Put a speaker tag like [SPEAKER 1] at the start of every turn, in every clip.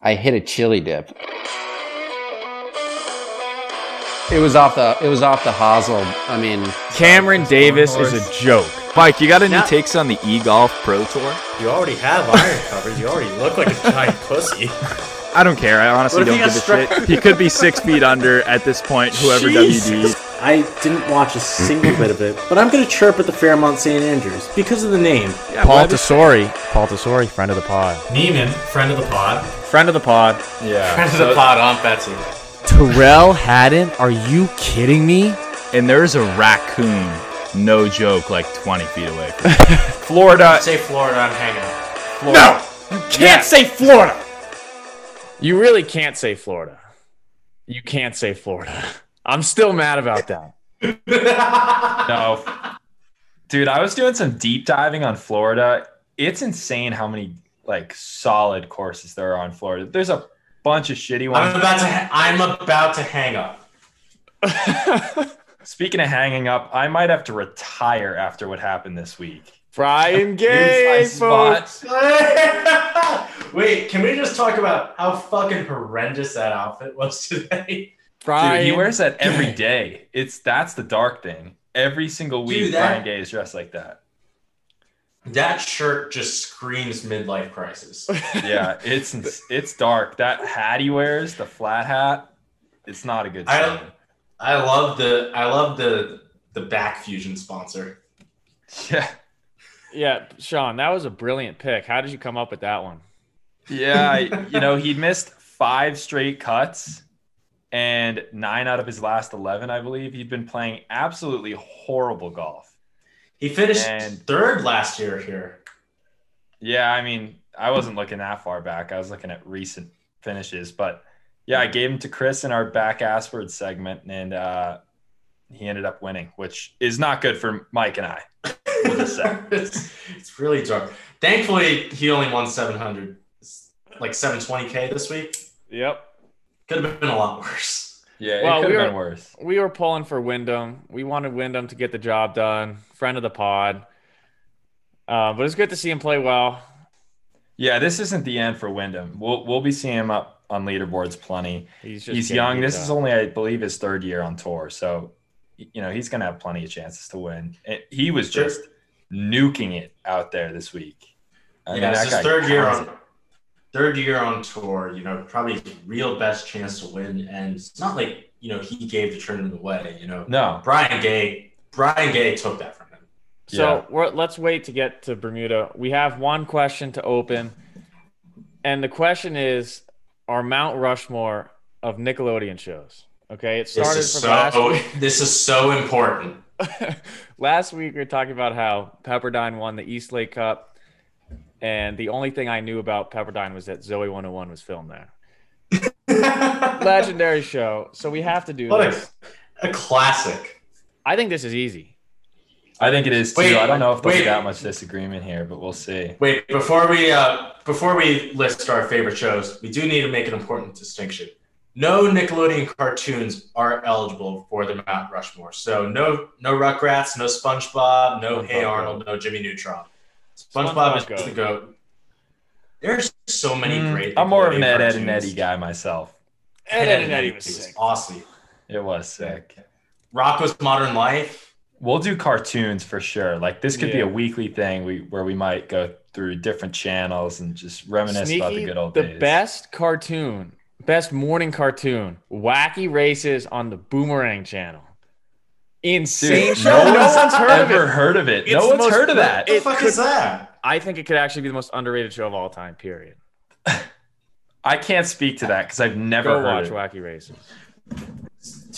[SPEAKER 1] I hit a chili dip. It was off the it was off the hosel. I mean,
[SPEAKER 2] Cameron Davis is a joke.
[SPEAKER 3] Mike, you got any
[SPEAKER 4] Now-
[SPEAKER 3] takes on the e-golf pro tour?
[SPEAKER 5] You already have iron covers. You already look like a giant pussy.
[SPEAKER 2] I don't care. I honestly
[SPEAKER 4] What if
[SPEAKER 2] don't
[SPEAKER 4] he
[SPEAKER 2] give a
[SPEAKER 4] got
[SPEAKER 2] shit. He could be six feet under at this point. Whoever WD.
[SPEAKER 4] I didn't watch a single bit of it, but I'm gonna chirp at the Fairmont St. Andrews because of the name.
[SPEAKER 6] Paul Tesori. Paul Tesori, friend of the pod.
[SPEAKER 5] Neiman, friend of the pod.
[SPEAKER 2] Friend of the pod.
[SPEAKER 5] Friend of the pod, Aunt Betsy.
[SPEAKER 6] Terrell Haddon, are you kidding me?
[SPEAKER 3] And there's a raccoon, no joke, like 20 feet away. From me.
[SPEAKER 2] Florida.
[SPEAKER 5] Say Florida, I'm hanging out.
[SPEAKER 2] No, you can't say Florida. Oh. You really can't say Florida. You can't say Florida. I'm still mad about that.
[SPEAKER 7] No. Dude, I was doing some deep diving on Florida. It's insane how many like solid courses there are on Florida. There's a bunch of shitty
[SPEAKER 5] I'm
[SPEAKER 7] ones.
[SPEAKER 5] about to. Ha- I'm about to hang up.
[SPEAKER 7] Speaking of hanging up, I might have to retire after what happened this week.
[SPEAKER 2] Brian
[SPEAKER 7] Here's
[SPEAKER 2] Gay,
[SPEAKER 7] my spot.
[SPEAKER 2] folks.
[SPEAKER 5] Wait, can we just talk about how fucking horrendous that outfit was today?
[SPEAKER 2] Brian.
[SPEAKER 7] Dude, he wears that every day. It's that's the dark thing. Every single week,
[SPEAKER 5] Dude, that-
[SPEAKER 7] Brian Gay is dressed like that.
[SPEAKER 5] That shirt just screams midlife crisis.
[SPEAKER 7] Yeah, it's it's dark. That hat he wears, the flat hat, it's not a good
[SPEAKER 5] I-
[SPEAKER 7] sign.
[SPEAKER 5] I love the. I love the the back fusion sponsor.
[SPEAKER 7] Yeah,
[SPEAKER 2] yeah, Sean, that was a brilliant pick. How did you come up with that one?
[SPEAKER 7] yeah. I- you know, he missed five straight cuts, and nine out of his last eleven, I believe. He'd been playing absolutely horrible golf.
[SPEAKER 5] He finished
[SPEAKER 7] And-
[SPEAKER 5] third last year here.
[SPEAKER 7] Yeah, I mean, I wasn't looking that far back. I was looking at recent finishes, but yeah, I gave him to Chris in our back assword segment, and uh, he ended up winning, which is not good for Mike and I. We'll just say.
[SPEAKER 5] it's, it's really dark. Thankfully, he only won 700, like 720K this week.
[SPEAKER 2] Yep.
[SPEAKER 5] Could have been a lot worse.
[SPEAKER 7] Yeah,
[SPEAKER 2] Well,
[SPEAKER 7] it could
[SPEAKER 2] we
[SPEAKER 7] have
[SPEAKER 2] were-
[SPEAKER 7] been worse.
[SPEAKER 2] We were pulling for Wyndham. We wanted Wyndham to get the job done. Friend of the pod. Uh, but it's good to see him play well.
[SPEAKER 7] Yeah, this isn't the end for Wyndham. We'll we'll be seeing him up on leaderboards plenty.
[SPEAKER 2] He's just
[SPEAKER 7] He's
[SPEAKER 2] getting
[SPEAKER 7] young.
[SPEAKER 2] beat
[SPEAKER 7] This
[SPEAKER 2] up.
[SPEAKER 7] is only, I believe, his third year on tour, so you know he's gonna have plenty of chances to win. And he was
[SPEAKER 5] Sure.
[SPEAKER 7] just nuking it out there this week. I mean,
[SPEAKER 5] yeah, it's
[SPEAKER 7] that
[SPEAKER 5] his
[SPEAKER 7] guy
[SPEAKER 5] third year
[SPEAKER 7] pounds it.
[SPEAKER 5] on third year on tour. You know, probably his real best chance to win. And it's not like you know he gave the tournament away. You know,
[SPEAKER 7] No.
[SPEAKER 5] Brian Gay, Brian Gay took that from him.
[SPEAKER 2] So
[SPEAKER 7] Yeah.
[SPEAKER 2] we're, let's wait to get to Bermuda. We have one question to open, and the question is our Mount Rushmore of Nickelodeon shows. Okay, it
[SPEAKER 5] This
[SPEAKER 2] started
[SPEAKER 5] is
[SPEAKER 2] from
[SPEAKER 5] so. This is so important.
[SPEAKER 2] last last week. We were talking about how Pepperdine won the Eastlake Cup, and the only thing I knew about Pepperdine was that Zoe 101 was filmed there. Legendary show. So we have to do
[SPEAKER 5] What
[SPEAKER 2] this.
[SPEAKER 5] a, a classic.
[SPEAKER 2] I think this is easy.
[SPEAKER 7] I think it is too.
[SPEAKER 5] Wait,
[SPEAKER 7] I don't know if there'll
[SPEAKER 5] wait.
[SPEAKER 7] be that much disagreement here, but we'll see.
[SPEAKER 5] Wait, before we uh, before we list our favorite shows, we do need to make an important distinction. No Nickelodeon cartoons are eligible for the Mount Rushmore. So no no Rugrats, no SpongeBob, no Hey Arnold, no Jimmy Neutron. SpongeBob is
[SPEAKER 2] SpongeBob
[SPEAKER 5] the goat. There's so many
[SPEAKER 7] Mm,
[SPEAKER 5] great.
[SPEAKER 7] I'm more of
[SPEAKER 5] Nickelodeon
[SPEAKER 7] an Ed, Ed, and
[SPEAKER 5] cartoons.
[SPEAKER 7] Eddie guy myself.
[SPEAKER 2] Ed, Ed, and Eddie was
[SPEAKER 5] It's
[SPEAKER 2] sick.
[SPEAKER 5] Awesome.
[SPEAKER 7] It was sick.
[SPEAKER 5] Rocko's Modern Life.
[SPEAKER 7] We'll do cartoons for sure. Like this could be
[SPEAKER 2] Yeah.
[SPEAKER 7] a weekly thing we, where we might go through different channels and just reminisce about the
[SPEAKER 2] Sneaky,
[SPEAKER 7] good old
[SPEAKER 2] the
[SPEAKER 7] days.
[SPEAKER 2] best cartoon, best morning cartoon, Wacky Races on the Boomerang Channel. Insane
[SPEAKER 7] Dude,
[SPEAKER 2] show.
[SPEAKER 7] no one's
[SPEAKER 2] one's heard of
[SPEAKER 7] ever
[SPEAKER 2] it.
[SPEAKER 7] heard of it.
[SPEAKER 2] It's
[SPEAKER 7] No
[SPEAKER 2] the
[SPEAKER 7] one's
[SPEAKER 2] most-
[SPEAKER 7] heard of that.
[SPEAKER 5] What the fuck is that?
[SPEAKER 2] I think it could actually be the most underrated show of all time. Period.
[SPEAKER 7] I can't speak to that because I've never
[SPEAKER 2] Go
[SPEAKER 7] heard
[SPEAKER 2] watch
[SPEAKER 7] it.
[SPEAKER 2] Wacky Races.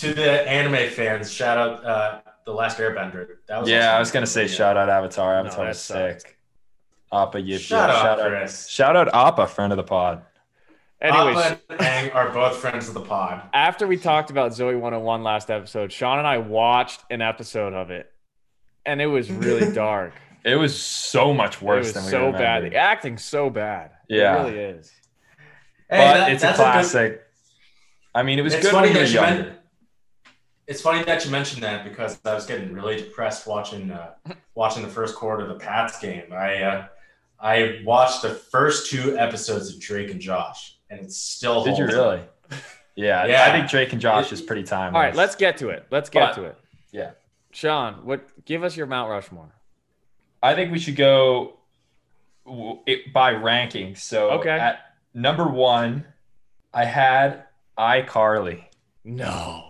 [SPEAKER 5] To the anime fans, shout out uh, the Last Airbender. That was
[SPEAKER 7] Yeah,
[SPEAKER 5] also-
[SPEAKER 7] I was gonna say shout out Avatar.
[SPEAKER 2] No,
[SPEAKER 7] Avatar
[SPEAKER 2] that
[SPEAKER 7] was
[SPEAKER 2] sucked.
[SPEAKER 7] sick. Appa Yip.
[SPEAKER 5] Shut
[SPEAKER 7] Yip.
[SPEAKER 5] up,
[SPEAKER 7] shout out,
[SPEAKER 5] Chris.
[SPEAKER 7] shout out Appa, friend of the pod.
[SPEAKER 2] Anyways,
[SPEAKER 5] Papa and Ang are both friends of the pod.
[SPEAKER 2] after we talked about Zoe 101 last episode, Sean and I watched an episode of it, and it was really dark.
[SPEAKER 7] It was so much
[SPEAKER 2] it
[SPEAKER 7] worse
[SPEAKER 2] was
[SPEAKER 7] than we
[SPEAKER 2] so bad.
[SPEAKER 7] remembered.
[SPEAKER 2] The acting's so bad.
[SPEAKER 7] Yeah.
[SPEAKER 2] it really is.
[SPEAKER 5] Hey,
[SPEAKER 7] but
[SPEAKER 5] that-
[SPEAKER 7] it's a
[SPEAKER 5] that's
[SPEAKER 7] classic. I mean, it
[SPEAKER 5] good-
[SPEAKER 7] was
[SPEAKER 5] it's
[SPEAKER 7] good
[SPEAKER 5] funny
[SPEAKER 7] when you were
[SPEAKER 5] that you
[SPEAKER 7] younger.
[SPEAKER 5] men- It's funny that you mentioned that because I was getting really depressed watching uh, watching the first quarter of the Pats game. I uh, I watched the first two episodes of Drake and Josh. and it's still
[SPEAKER 7] Did you
[SPEAKER 5] holds.
[SPEAKER 7] really? Yeah,
[SPEAKER 5] Yeah.
[SPEAKER 7] I think Drake and Josh is pretty timeless.
[SPEAKER 2] All right, let's get to it. Let's get
[SPEAKER 7] But-
[SPEAKER 2] to it.
[SPEAKER 7] yeah.
[SPEAKER 2] Sean, what? Give us your Mount Rushmore.
[SPEAKER 7] I think we should go w- it, by ranking. So
[SPEAKER 2] Okay.
[SPEAKER 7] at number one, I had iCarly.
[SPEAKER 2] No.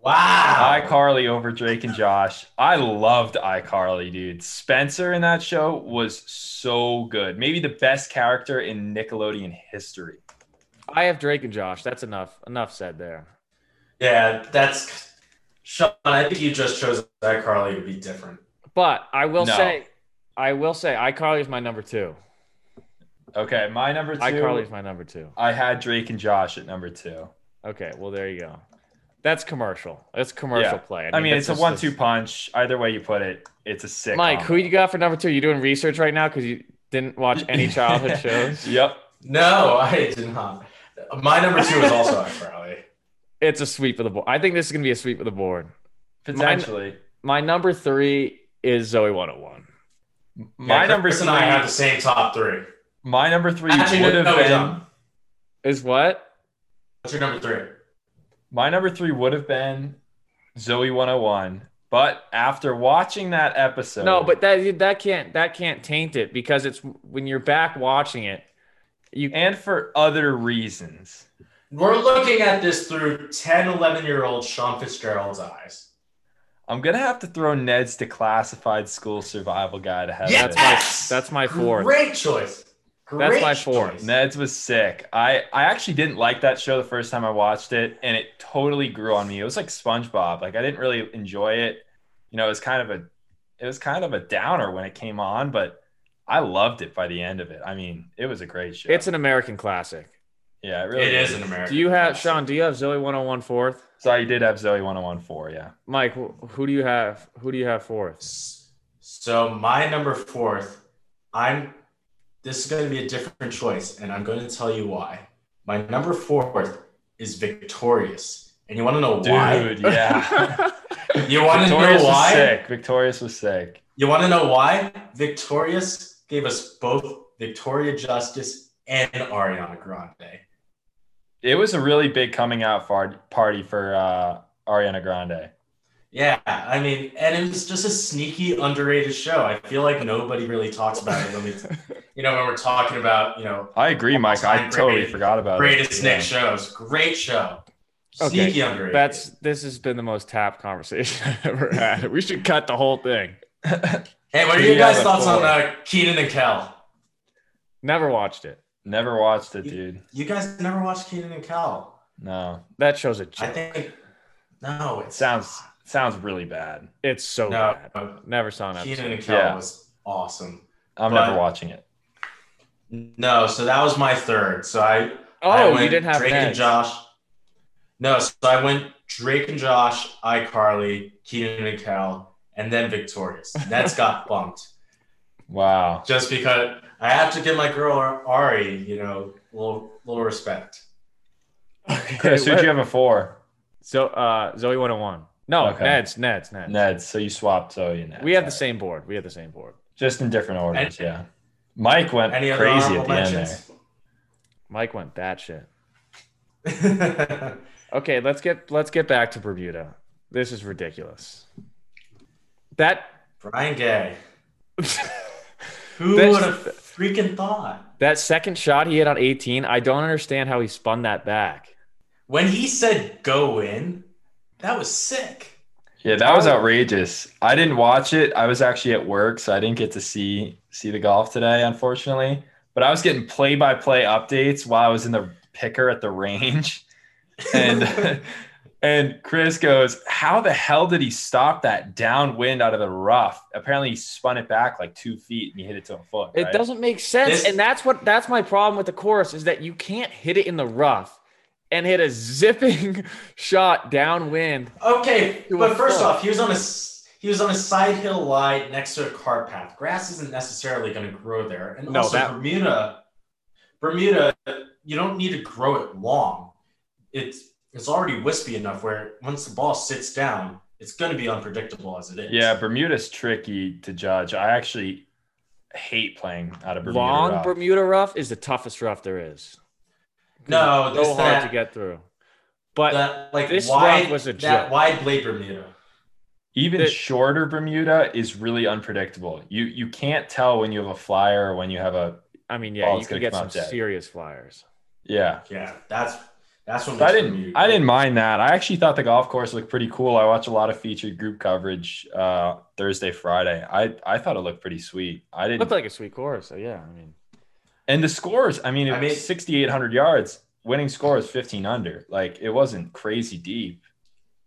[SPEAKER 5] Wow.
[SPEAKER 7] iCarly over Drake and Josh. I loved iCarly, dude. Spencer in that show was so good. Maybe the best character in Nickelodeon history.
[SPEAKER 2] I have Drake and Josh. That's enough. Enough said there.
[SPEAKER 5] Yeah, that's Sean. I think you just chose iCarly to be different.
[SPEAKER 2] But I will
[SPEAKER 7] No.
[SPEAKER 2] say, I will say, iCarly is my number two.
[SPEAKER 7] Okay, my number two.
[SPEAKER 2] iCarly is my number two.
[SPEAKER 7] I had Drake and Josh at number two.
[SPEAKER 2] Okay, well there you go. That's commercial. That's commercial
[SPEAKER 7] Yeah.
[SPEAKER 2] play.
[SPEAKER 7] I mean,
[SPEAKER 2] that's
[SPEAKER 7] it's a
[SPEAKER 2] just-
[SPEAKER 7] one-two punch. Either way you put it, it's a sick.
[SPEAKER 2] Mike,
[SPEAKER 7] combo.
[SPEAKER 2] who you got for number two? You doing research right now because you didn't watch any childhood shows.
[SPEAKER 7] yep.
[SPEAKER 5] No, I did not. My number two is also iCarly.
[SPEAKER 2] It's a sweep of the board. I think this is gonna be a sweep of the board.
[SPEAKER 7] Potentially.
[SPEAKER 2] My number three is Zoe 101.
[SPEAKER 7] My,
[SPEAKER 5] Yeah,
[SPEAKER 7] number
[SPEAKER 5] Chris
[SPEAKER 7] three.
[SPEAKER 5] and I have the same top three.
[SPEAKER 7] my number three
[SPEAKER 5] Actually,
[SPEAKER 7] would have
[SPEAKER 5] no, no,
[SPEAKER 7] been.
[SPEAKER 5] John.
[SPEAKER 2] Is what?
[SPEAKER 5] What's your number three?
[SPEAKER 7] My number three would have been Zoe 101. But after watching that episode,
[SPEAKER 2] No, but that that can't that can't taint it because it's when you're back watching it, you
[SPEAKER 7] and for other reasons,
[SPEAKER 5] We're looking at this through 10, 11 year old Sean Fitzgerald's eyes.
[SPEAKER 7] I'm gonna have to throw Ned's declassified school survival guide ahead.
[SPEAKER 5] Yeah,
[SPEAKER 7] of
[SPEAKER 2] that's
[SPEAKER 7] it.
[SPEAKER 5] Yes!
[SPEAKER 2] my that's my fourth.
[SPEAKER 5] Great choice. Great
[SPEAKER 2] That's my fourth.
[SPEAKER 5] choice.
[SPEAKER 7] Ned's was sick. I I actually didn't like that show the first time I watched it, and it totally grew on me. It was like SpongeBob. Like I didn't really enjoy it. You know, it was kind of a it was kind of a downer when it came on, but I loved it by the end of it. I mean, it was a great show.
[SPEAKER 2] It's an American classic.
[SPEAKER 7] yeah, it really
[SPEAKER 5] It is an American.
[SPEAKER 2] Do you have
[SPEAKER 5] classic.
[SPEAKER 2] Sean? Do you have Zoe 101 fourth?
[SPEAKER 7] So you did have Zoe 1014, yeah.
[SPEAKER 2] Mike, wh- who do you have? Who do you have fourth?
[SPEAKER 5] So my number fourth, I'm. This is going to be a different choice, and I'm going to tell you why. My number fourth is Victorious, and you want to know why?
[SPEAKER 7] Dude, yeah.
[SPEAKER 5] You want to know
[SPEAKER 7] Victorious was
[SPEAKER 5] why?
[SPEAKER 7] sick. Victorious was sick.
[SPEAKER 5] You want to know why? Victorious gave us both Victoria Justice and Ariana Grande.
[SPEAKER 7] It was a really big coming out far- party for uh, Ariana Grande.
[SPEAKER 5] Yeah, I mean, and it was just a sneaky underrated show. I feel like nobody really talks about it when we, you know, when we're talking about you know
[SPEAKER 7] I agree, Mike. I
[SPEAKER 5] All-time
[SPEAKER 7] totally
[SPEAKER 5] great-
[SPEAKER 7] forgot about it.
[SPEAKER 5] greatest Nick
[SPEAKER 7] Uh, Yeah.
[SPEAKER 5] shows. Great show.
[SPEAKER 2] Okay,
[SPEAKER 5] Sneaky underrated.
[SPEAKER 2] That's this has been the most tapped conversation I've ever had. We should cut the whole thing.
[SPEAKER 5] Hey, what are
[SPEAKER 7] Who do
[SPEAKER 5] you
[SPEAKER 7] you have
[SPEAKER 5] guys'
[SPEAKER 7] at
[SPEAKER 5] thoughts on
[SPEAKER 7] four?
[SPEAKER 5] uh, Keenan and Kel?
[SPEAKER 2] Never watched it.
[SPEAKER 7] Never watched it, dude.
[SPEAKER 5] You guys never watched Keenan and Kel.
[SPEAKER 7] No.
[SPEAKER 2] That show's a
[SPEAKER 5] I
[SPEAKER 2] joke.
[SPEAKER 5] think no, it
[SPEAKER 7] It sounds sounds really bad.
[SPEAKER 2] It's so
[SPEAKER 5] no.
[SPEAKER 2] bad. Never saw an episode.
[SPEAKER 5] Keenan and Kel
[SPEAKER 7] Yeah.
[SPEAKER 5] was awesome.
[SPEAKER 7] I'm
[SPEAKER 5] But-
[SPEAKER 7] never watching it.
[SPEAKER 5] No, so that was my third. So I I
[SPEAKER 2] Oh,
[SPEAKER 5] went
[SPEAKER 2] you didn't have
[SPEAKER 5] Drake and
[SPEAKER 2] Ned's.
[SPEAKER 5] Josh. No, so I went Drake and Josh, iCarly, Keenan and Kel, and then Victorious. That's got bumped
[SPEAKER 7] Wow.
[SPEAKER 5] just because I have to give my girl Ari, you know, little little respect.
[SPEAKER 2] Okay,
[SPEAKER 7] Chris, who'd
[SPEAKER 2] what-
[SPEAKER 7] you have a four?
[SPEAKER 2] So uh, Zoe 101. No,
[SPEAKER 7] Okay.
[SPEAKER 2] Ned's, Ned's, Ned's.
[SPEAKER 7] Ned. So you swapped Zoe and Ned.
[SPEAKER 2] We have the
[SPEAKER 7] Sorry.
[SPEAKER 2] same board. We have the same board.
[SPEAKER 7] Just in different orders, yeah. Mike went
[SPEAKER 5] Any other
[SPEAKER 7] crazy at
[SPEAKER 5] honorable
[SPEAKER 7] the end there.
[SPEAKER 5] mentions?
[SPEAKER 2] Mike went batshit. Okay, let's get let's get back to Bermuda. This is ridiculous. That
[SPEAKER 5] Brian Gay. Who
[SPEAKER 2] That's-
[SPEAKER 5] would have freaking thought?
[SPEAKER 2] that second shot he hit on 18, I don't understand how he spun that back.
[SPEAKER 5] When he said go in, that was sick.
[SPEAKER 7] Yeah, that was outrageous. I didn't watch it. I was actually at work, so I didn't get to see see the golf today, unfortunately. But I was getting play by play updates while I was in the picker at the range, and and Chris goes, "How the hell did he stop that downwind out of the rough?" Apparently, he spun it back like two feet and he hit it to a foot.
[SPEAKER 2] It
[SPEAKER 7] right?
[SPEAKER 2] doesn't make sense.
[SPEAKER 5] This-
[SPEAKER 2] and that's what that's my problem with the course is that you can't hit it in the rough and hit a zipping shot downwind.
[SPEAKER 5] Okay,
[SPEAKER 2] It
[SPEAKER 5] but
[SPEAKER 2] was
[SPEAKER 5] first
[SPEAKER 2] fun.
[SPEAKER 5] off, he was on a s- he was on a side hill lie next to a cart path. Grass isn't necessarily going to grow there, and
[SPEAKER 2] No,
[SPEAKER 5] also
[SPEAKER 2] that-
[SPEAKER 5] Bermuda, Bermuda, you don't need to grow it long. It's it's already wispy enough where once the ball sits down, it's going to be unpredictable as it is.
[SPEAKER 7] Yeah, Bermuda's tricky to judge. I actually hate playing out of Bermuda.
[SPEAKER 2] Long
[SPEAKER 7] rough.
[SPEAKER 2] Bermuda rough is the toughest rough there is.
[SPEAKER 5] No,
[SPEAKER 2] so
[SPEAKER 5] this
[SPEAKER 2] hard
[SPEAKER 5] that,
[SPEAKER 2] to get through. But
[SPEAKER 5] that like
[SPEAKER 2] this
[SPEAKER 5] wide
[SPEAKER 2] rock was a
[SPEAKER 5] that
[SPEAKER 2] joke.
[SPEAKER 5] wide blade Bermuda.
[SPEAKER 7] Even
[SPEAKER 2] It-
[SPEAKER 7] shorter Bermuda is really unpredictable. You you can't tell when you have a flyer or when you have a
[SPEAKER 2] I mean, yeah,
[SPEAKER 7] Oh,
[SPEAKER 2] you
[SPEAKER 7] it's
[SPEAKER 2] could
[SPEAKER 7] gonna
[SPEAKER 2] get
[SPEAKER 7] come
[SPEAKER 2] some
[SPEAKER 7] out dead.
[SPEAKER 2] serious flyers.
[SPEAKER 7] yeah.
[SPEAKER 5] Yeah, that's that's what
[SPEAKER 7] So I
[SPEAKER 5] makes
[SPEAKER 7] didn't
[SPEAKER 5] Bermuda
[SPEAKER 7] I
[SPEAKER 5] great.
[SPEAKER 7] didn't mind that. I actually thought the golf course looked pretty cool. I watched a lot of featured group coverage uh, Thursday, Friday. I I thought it looked pretty sweet. I
[SPEAKER 2] It
[SPEAKER 7] didn't
[SPEAKER 2] looked like a sweet course. So yeah, I mean,
[SPEAKER 7] and the scores. I mean, it
[SPEAKER 5] I mean-
[SPEAKER 7] was sixty eight hundred yards. Winning score is fifteen under. Like it wasn't crazy deep.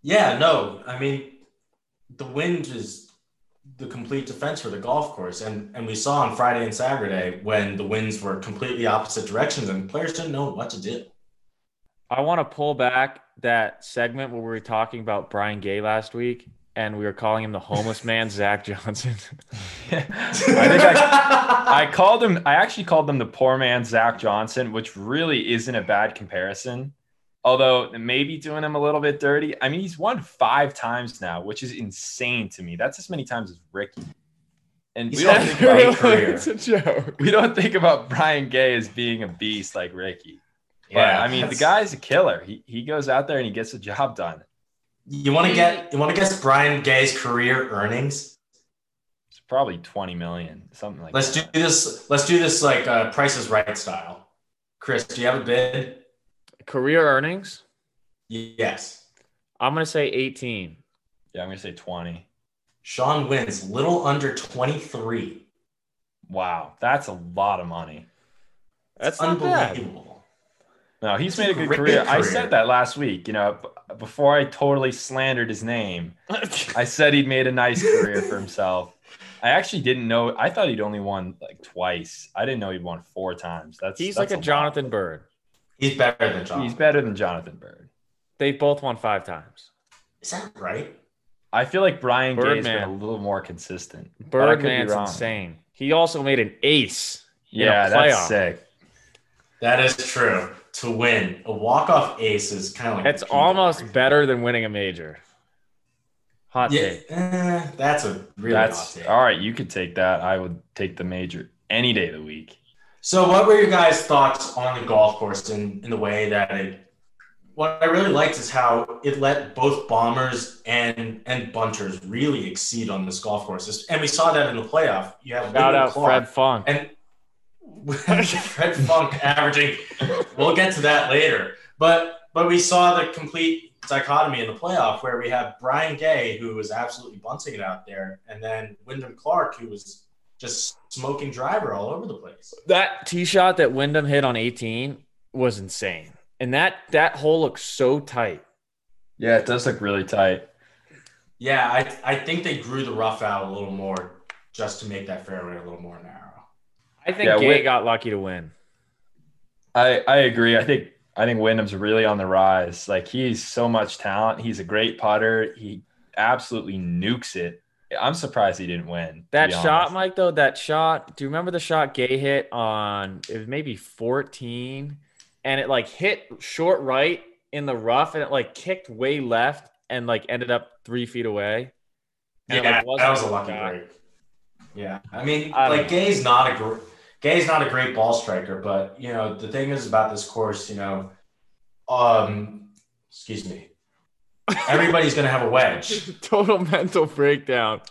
[SPEAKER 5] Yeah, no. I mean, the wind is the complete defense for the golf course, and and we saw on Friday and Saturday when the winds were completely opposite directions, and players didn't know what to do.
[SPEAKER 2] I want to pull back that segment where we were talking about Brian Gay last week, and we were calling him the homeless man, Zach Johnson.
[SPEAKER 7] I think I, I called him. I actually called them the poor man Zach Johnson, which really isn't a bad comparison. Although maybe doing him a little bit dirty. I mean, he's won five times now, which is insane to me. That's as many times as Ricky. And we
[SPEAKER 5] He's
[SPEAKER 7] don't
[SPEAKER 5] had
[SPEAKER 7] think
[SPEAKER 5] a great
[SPEAKER 7] about
[SPEAKER 5] career.
[SPEAKER 2] it's a joke.
[SPEAKER 7] we don't think about Brian Gay as being a beast like Ricky. But I mean, the
[SPEAKER 5] that's-
[SPEAKER 7] guy's a killer. He he goes out there and he gets the job done.
[SPEAKER 5] You want to get you want to guess Brian Gay's career earnings?
[SPEAKER 7] It's probably twenty million, something like
[SPEAKER 5] Let's do
[SPEAKER 7] that.
[SPEAKER 5] this. Let's do this like uh, Price is Right style. Chris, do you have a bid?
[SPEAKER 2] Career earnings?
[SPEAKER 5] Yes.
[SPEAKER 2] I'm gonna say 18.
[SPEAKER 7] Yeah, I'm gonna say twenty.
[SPEAKER 5] Sean wins little under twenty three.
[SPEAKER 7] Wow, that's a lot of money.
[SPEAKER 2] That's not bad.
[SPEAKER 5] unbelievable.
[SPEAKER 7] No, he's
[SPEAKER 5] It's
[SPEAKER 7] made
[SPEAKER 5] a
[SPEAKER 7] a good
[SPEAKER 5] great
[SPEAKER 7] career. I
[SPEAKER 5] career.
[SPEAKER 7] said that last week. You know, b- before I totally slandered his name, I said he'd made a nice career for himself. I actually didn't know. I thought he'd only won like twice. I didn't know he'd won four times. That's
[SPEAKER 2] He's
[SPEAKER 7] that's
[SPEAKER 2] like a
[SPEAKER 7] lot.
[SPEAKER 2] Jonathan Bird.
[SPEAKER 5] He's better than John.
[SPEAKER 7] He's better than Jonathan Bird.
[SPEAKER 2] They both won five times.
[SPEAKER 5] Is that right?
[SPEAKER 7] I feel like Brian Gay's been a
[SPEAKER 2] Birdman.
[SPEAKER 7] little more consistent. but I could be
[SPEAKER 2] Birdman's
[SPEAKER 7] wrong.
[SPEAKER 2] insane. He also made an ace. in a
[SPEAKER 7] Yeah,
[SPEAKER 2] playoff.
[SPEAKER 7] that's sick.
[SPEAKER 5] That is true. To win a walk off ace is kind of like
[SPEAKER 2] That's
[SPEAKER 5] the key to
[SPEAKER 2] almost
[SPEAKER 5] everything.
[SPEAKER 2] better than winning a major. Hot
[SPEAKER 5] Yeah,
[SPEAKER 2] take.
[SPEAKER 5] eh, that's a really hot
[SPEAKER 7] That's
[SPEAKER 5] take.
[SPEAKER 7] all right. You could take that. I would take the major any day of the week.
[SPEAKER 5] So, what were your guys' thoughts on the golf course in, in the way that it? What I really liked is how it let both bombers and and bunters really exceed on this golf course, and we saw that in the playoff. You have
[SPEAKER 2] Shout
[SPEAKER 5] Wyndham
[SPEAKER 2] out
[SPEAKER 5] Clark
[SPEAKER 2] Fred Funk.
[SPEAKER 5] and Fred Funk averaging. We'll get to that later, but but we saw the complete dichotomy in the playoff where we have Brian Gay who was absolutely bunting it out there, and then Wyndham Clark who was just smoking driver all over the place.
[SPEAKER 2] that tee shot that Wyndham hit on 18 was insane. And that that hole looks so tight.
[SPEAKER 7] Yeah, it does look really tight.
[SPEAKER 5] Yeah, I, I think they grew the rough out a little more just to make that fairway a little more narrow.
[SPEAKER 2] I think
[SPEAKER 7] Yeah,
[SPEAKER 2] Gay
[SPEAKER 7] Wyn-
[SPEAKER 2] got lucky to win.
[SPEAKER 7] I I agree. I think I think Wyndham's really on the rise. Like he's so much talent. He's a great putter. He absolutely nukes it. I'm surprised he didn't win. to
[SPEAKER 2] That
[SPEAKER 7] be
[SPEAKER 2] shot,
[SPEAKER 7] honest.
[SPEAKER 2] Mike, though, that shot. Do you remember the shot Gay hit on it was maybe 14? And it like hit short right in the rough and it like kicked way left and like ended up three feet away. And it,
[SPEAKER 5] yeah,
[SPEAKER 2] like, wasn't
[SPEAKER 5] that was a
[SPEAKER 2] a
[SPEAKER 5] lucky
[SPEAKER 2] shot.
[SPEAKER 5] break. Yeah, I mean,
[SPEAKER 2] I don't
[SPEAKER 5] like Gay's not a gr- Gay's not a great ball striker, but you know the thing is about this course, you know, um, excuse me, everybody's gonna have a wedge.
[SPEAKER 2] Total mental breakdown.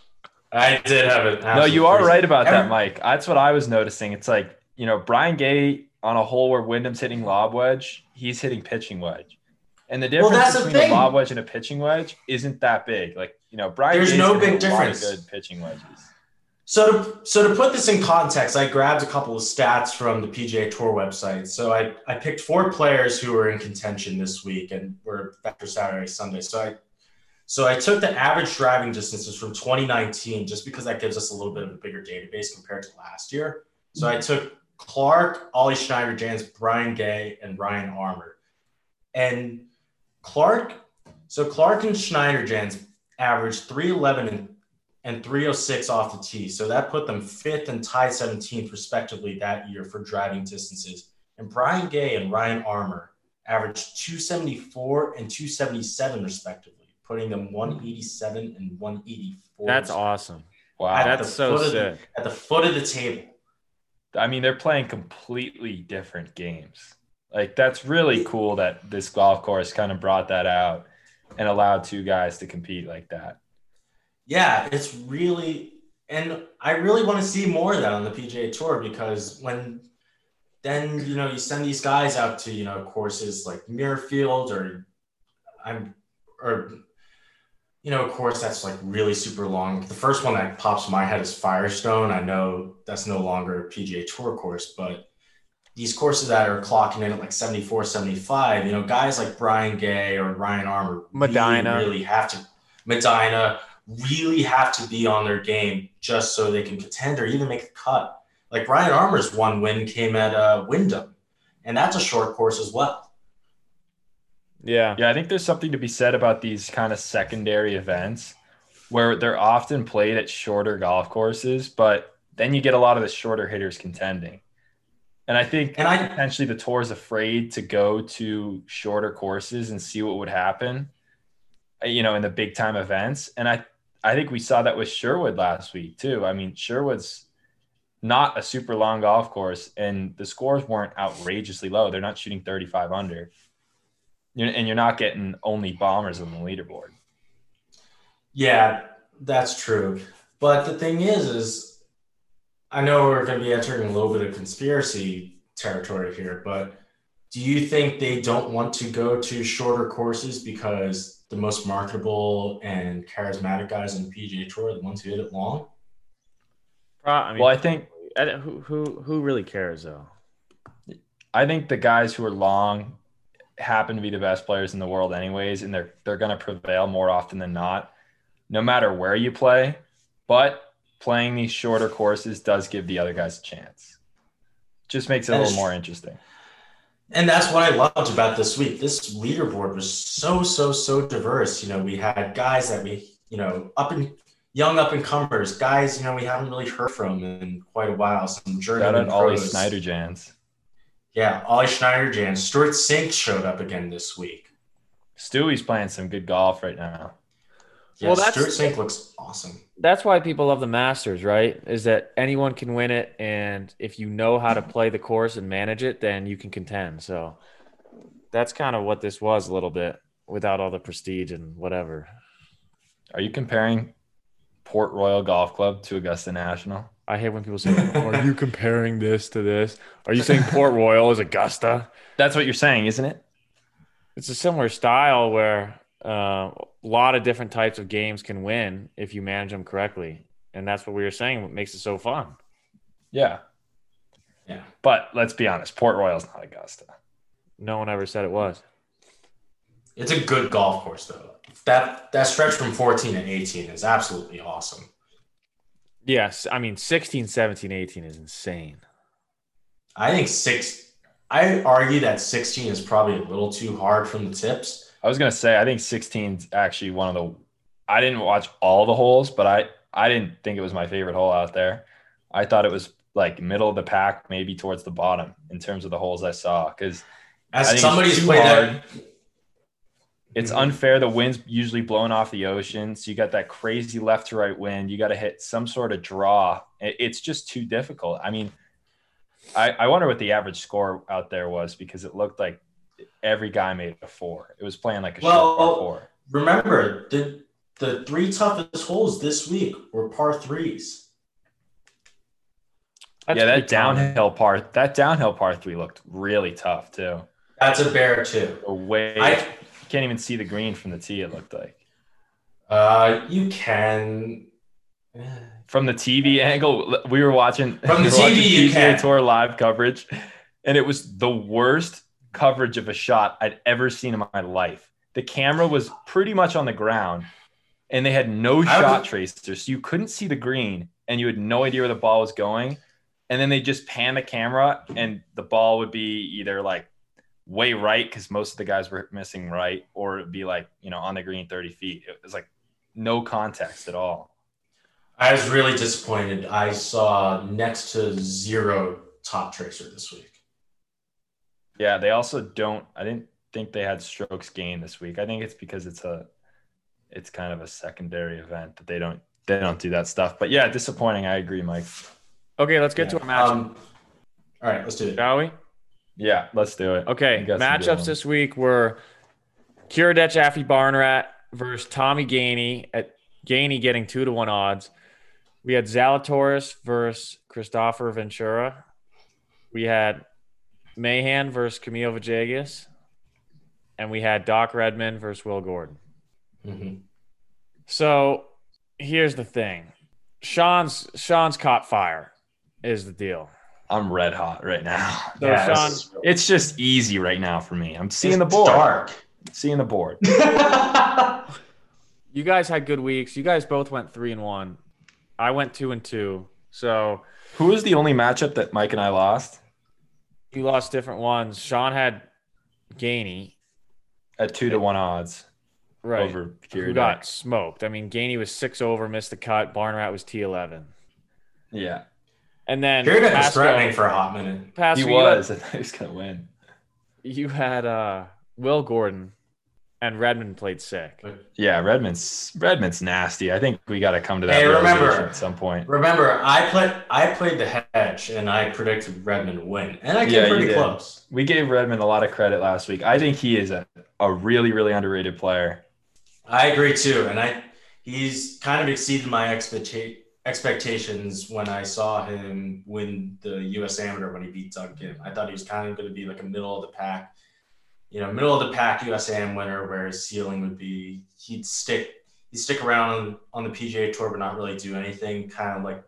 [SPEAKER 5] I did have it.
[SPEAKER 7] No, you are right about that, Mike. That's what I was noticing. It's like you know Brian Gay on a hole where Wyndham's hitting lob wedge, he's hitting pitching wedge, and the
[SPEAKER 5] Well,
[SPEAKER 7] difference
[SPEAKER 5] that's the
[SPEAKER 7] between
[SPEAKER 5] thing.
[SPEAKER 7] a lob wedge and a pitching wedge isn't that big. Like you know Brian,
[SPEAKER 5] There's
[SPEAKER 7] Gay's
[SPEAKER 5] no
[SPEAKER 7] gonna
[SPEAKER 5] big
[SPEAKER 7] hit a lot of
[SPEAKER 5] difference.
[SPEAKER 7] good pitching wedges.
[SPEAKER 5] So to, so to put this in context, I grabbed a couple of stats from the PGA Tour website. So I, I picked four players who were in contention this week and were back for Saturday, Sunday. So I so I took the average driving distances from 2019 just because that gives us a little bit of a bigger database compared to last year. So I took Clark, Ollie Schneider, Jans, Brian Gay, and Ryan Armour. And Clark, so Clark and Schneider Jans averaged 311 and and 306 off the tee. So that put them fifth and tied 17th, respectively, that year for driving distances. And Brian Gay and Ryan Armour averaged 274 and 277, respectively, putting them 187 and 184.
[SPEAKER 2] That's awesome.
[SPEAKER 7] Wow,
[SPEAKER 5] At the
[SPEAKER 2] That's so
[SPEAKER 5] foot of the-
[SPEAKER 2] sick.
[SPEAKER 5] At the foot of the table.
[SPEAKER 7] I mean, they're playing completely different games. Like that's really cool that this golf course kind of brought that out and allowed two guys to compete like that.
[SPEAKER 5] Yeah, it's really, and I really want to see more of that on the PGA Tour because when then you know you send these guys out to you know courses like Muirfield or I'm or you know a course that's like really super long. The first one that pops in my head is Firestone. I know that's no longer a PGA Tour course, but these courses that are clocking in at like 74, 75, you know, guys like Brian Gay or Ryan Armour really,
[SPEAKER 2] Medina.
[SPEAKER 5] really have to Medina really have to be on their game just so they can contend or even make the cut. Like Ryan Armour's one win came at uh, Wyndham, and that's a short course as well.
[SPEAKER 2] Yeah.
[SPEAKER 7] Yeah, I think there's something to be said about these kind of secondary events where they're often played at shorter golf courses, but then you get a lot of the shorter hitters contending. And I think
[SPEAKER 5] And I
[SPEAKER 7] potentially the tour is afraid to go to shorter courses and see what would happen, uh, you know, in the big time events. And I, I think we saw that with Sherwood last week too. I mean, Sherwood's not a super long golf course, and the scores weren't outrageously low. They're not shooting 35 under, you're, and you're not getting only bombers on the leaderboard.
[SPEAKER 5] Yeah, that's true. But the thing is, is I know we're going to be entering a little bit of conspiracy territory here, but do you think they don't want to go to shorter courses because the most marketable and charismatic guys on the PGA Tour are the ones who hit it long?
[SPEAKER 2] Pro- I mean,
[SPEAKER 7] Well, I think
[SPEAKER 2] I don't- who who who really cares though?
[SPEAKER 7] I think the guys who are long happen to be the best players in the world anyways, and they're they're gonna prevail more often than not, no matter where you play. But playing these shorter courses does give the other guys a chance. Just makes it a
[SPEAKER 5] That
[SPEAKER 7] little
[SPEAKER 5] is-
[SPEAKER 7] more interesting.
[SPEAKER 5] And that's what I loved about this week. This leaderboard was so, so, so diverse. You know, we had guys that we, you know, up and young up and comers, guys, you know, we haven't really heard from in quite a while. Some
[SPEAKER 7] Shout out
[SPEAKER 5] journeyman
[SPEAKER 7] Ollie
[SPEAKER 5] pros.
[SPEAKER 7] Snyder Jans.
[SPEAKER 5] Yeah, Ollie Schneider, Jan. Stuart Sink showed up again this week.
[SPEAKER 7] Stewie's playing some good golf right now.
[SPEAKER 5] Yeah,
[SPEAKER 2] Well, that's-
[SPEAKER 5] Stuart Sink looks awesome.
[SPEAKER 2] That's why people love the Masters, right? Is that anyone can win it, and if you know how to play the course and manage it, then you can contend. So that's kind of what this was a little bit, without all the prestige and whatever.
[SPEAKER 7] Are you comparing Port Royal Golf Club to Augusta National?
[SPEAKER 2] I hate when people say, "Are you comparing this to this? Are you saying Port Royal is Augusta?"
[SPEAKER 7] That's what you're saying, isn't it?
[SPEAKER 2] It's a similar style where uh, a lot of different types of games can win if you manage them correctly, and that's what we were saying. What makes it so fun?
[SPEAKER 7] Yeah.
[SPEAKER 5] Yeah.
[SPEAKER 7] But let's be honest, Port Royal's not Augusta.
[SPEAKER 2] No one ever said it was.
[SPEAKER 5] It's a good golf course though. That that stretch from 14 to 18 is absolutely awesome.
[SPEAKER 2] Yes, I mean 16, 17, 18 is insane.
[SPEAKER 5] I think six I argue that 16 is probably a little too hard from the tips.
[SPEAKER 7] I was gonna say I think 16's actually one of the. I didn't watch all the holes, but I I didn't think it was my favorite hole out there. I thought it was like middle of the pack, maybe towards the bottom in terms of the holes I saw. Because I think
[SPEAKER 5] As
[SPEAKER 7] it's
[SPEAKER 5] somebody's
[SPEAKER 7] too
[SPEAKER 5] played
[SPEAKER 7] hard.
[SPEAKER 5] that,
[SPEAKER 7] it's
[SPEAKER 5] Mhm.
[SPEAKER 7] unfair. The wind's usually blowing off the ocean, so you got that crazy left to right wind. You got to hit some sort of draw. It- It's just too difficult. I mean, I I wonder what the average score out there was because it looked like every guy made a four. It was playing like a
[SPEAKER 5] Well,
[SPEAKER 7] short par four.
[SPEAKER 5] remember the the three toughest holes this week were par threes.
[SPEAKER 2] That's
[SPEAKER 7] yeah, that
[SPEAKER 2] pretty common.
[SPEAKER 7] downhill par that downhill par three looked really tough too.
[SPEAKER 5] That's a bear too.
[SPEAKER 7] Away,
[SPEAKER 5] I
[SPEAKER 7] can't even see the green from the tee. It looked like
[SPEAKER 5] uh you can eh.
[SPEAKER 7] from the TV angle. We were watching
[SPEAKER 5] From the
[SPEAKER 7] we were
[SPEAKER 5] TV
[SPEAKER 7] watching
[SPEAKER 5] you
[SPEAKER 7] PGA
[SPEAKER 5] can.
[SPEAKER 7] Tour live coverage, and it was the worst coverage of a shot I'd ever seen in my life. The camera was pretty much on the ground, and they had no
[SPEAKER 5] I
[SPEAKER 7] shot
[SPEAKER 5] was-
[SPEAKER 7] tracers, so you couldn't see the green, and you had no idea where the ball was going. And then they just pan the camera, and the ball would be either like way right because most of the guys were missing right, or it'd be like you know on the green thirty feet. It was like no context at all.
[SPEAKER 5] I was really disappointed. I saw next to zero top tracer this week.
[SPEAKER 7] Yeah, they also don't. I didn't think they had strokes gained this week. I think it's because it's a, it's kind of a secondary event that they don't they don't do that stuff. But yeah, disappointing. I agree, Mike.
[SPEAKER 2] Okay, let's get to our match,
[SPEAKER 5] Um, all right, let's do it.
[SPEAKER 2] shall we?
[SPEAKER 7] Yeah, let's do it.
[SPEAKER 2] Okay,
[SPEAKER 7] You got some good
[SPEAKER 2] matchups
[SPEAKER 7] ones.
[SPEAKER 2] this week were Kiradech Affy Barnrat versus Tommy Gainey at Gainey getting two to one odds. We had Zalatoris versus Christopher Ventura. We had Mahan versus Camille Vajegas. And we had Doc Redman versus Will Gordon.
[SPEAKER 5] Mhm.
[SPEAKER 2] So here's the thing. Sean's Sean's caught fire is the deal.
[SPEAKER 7] I'm red hot right now.
[SPEAKER 2] So
[SPEAKER 5] Yeah,
[SPEAKER 2] Sean,
[SPEAKER 5] this is-
[SPEAKER 7] It's just easy right now for me. I'm seeing
[SPEAKER 5] it's
[SPEAKER 7] the board.
[SPEAKER 5] Dark.
[SPEAKER 7] Seeing the board.
[SPEAKER 2] you guys had good weeks. You guys both went three and one. I went two and two. So
[SPEAKER 7] Who is the only matchup that Mike and I lost
[SPEAKER 2] you lost different ones. Sean had Gainey,
[SPEAKER 7] at two to one odds
[SPEAKER 2] right?
[SPEAKER 7] over
[SPEAKER 2] who
[SPEAKER 7] Kiridak?
[SPEAKER 2] got smoked. I mean, Gainey was six over, missed the cut. Barnrat was T eleven,
[SPEAKER 7] Yeah,
[SPEAKER 2] and then
[SPEAKER 5] Jared was
[SPEAKER 2] Pasco-
[SPEAKER 5] threatening for a hot minute.
[SPEAKER 2] Pasco,
[SPEAKER 7] he
[SPEAKER 2] you had-
[SPEAKER 7] was. I thought he was gonna win.
[SPEAKER 2] You had uh, Will Gordon, and Redmond played sick.
[SPEAKER 7] Yeah, Redmond's Redmond's nasty. I think we got to come to that
[SPEAKER 5] Hey,
[SPEAKER 7] realization
[SPEAKER 5] remember-
[SPEAKER 7] at some point.
[SPEAKER 5] Remember, I played I played the hedge and I predicted Redmond would win. And I came
[SPEAKER 7] Yeah, you
[SPEAKER 5] pretty
[SPEAKER 7] did.
[SPEAKER 5] close.
[SPEAKER 7] We gave Redmond a lot of credit last week. I think he is a, a really really underrated player.
[SPEAKER 5] I agree too. And I he's kind of exceeded my expecta- expectations when I saw him win the US Amateur when he beat Doug Kim. I thought he was kind of gonna be like a middle of the pack, you know, middle of the pack US Am winner where his ceiling would be he'd stick he'd stick around on the PGA tour but not really do anything, kind of like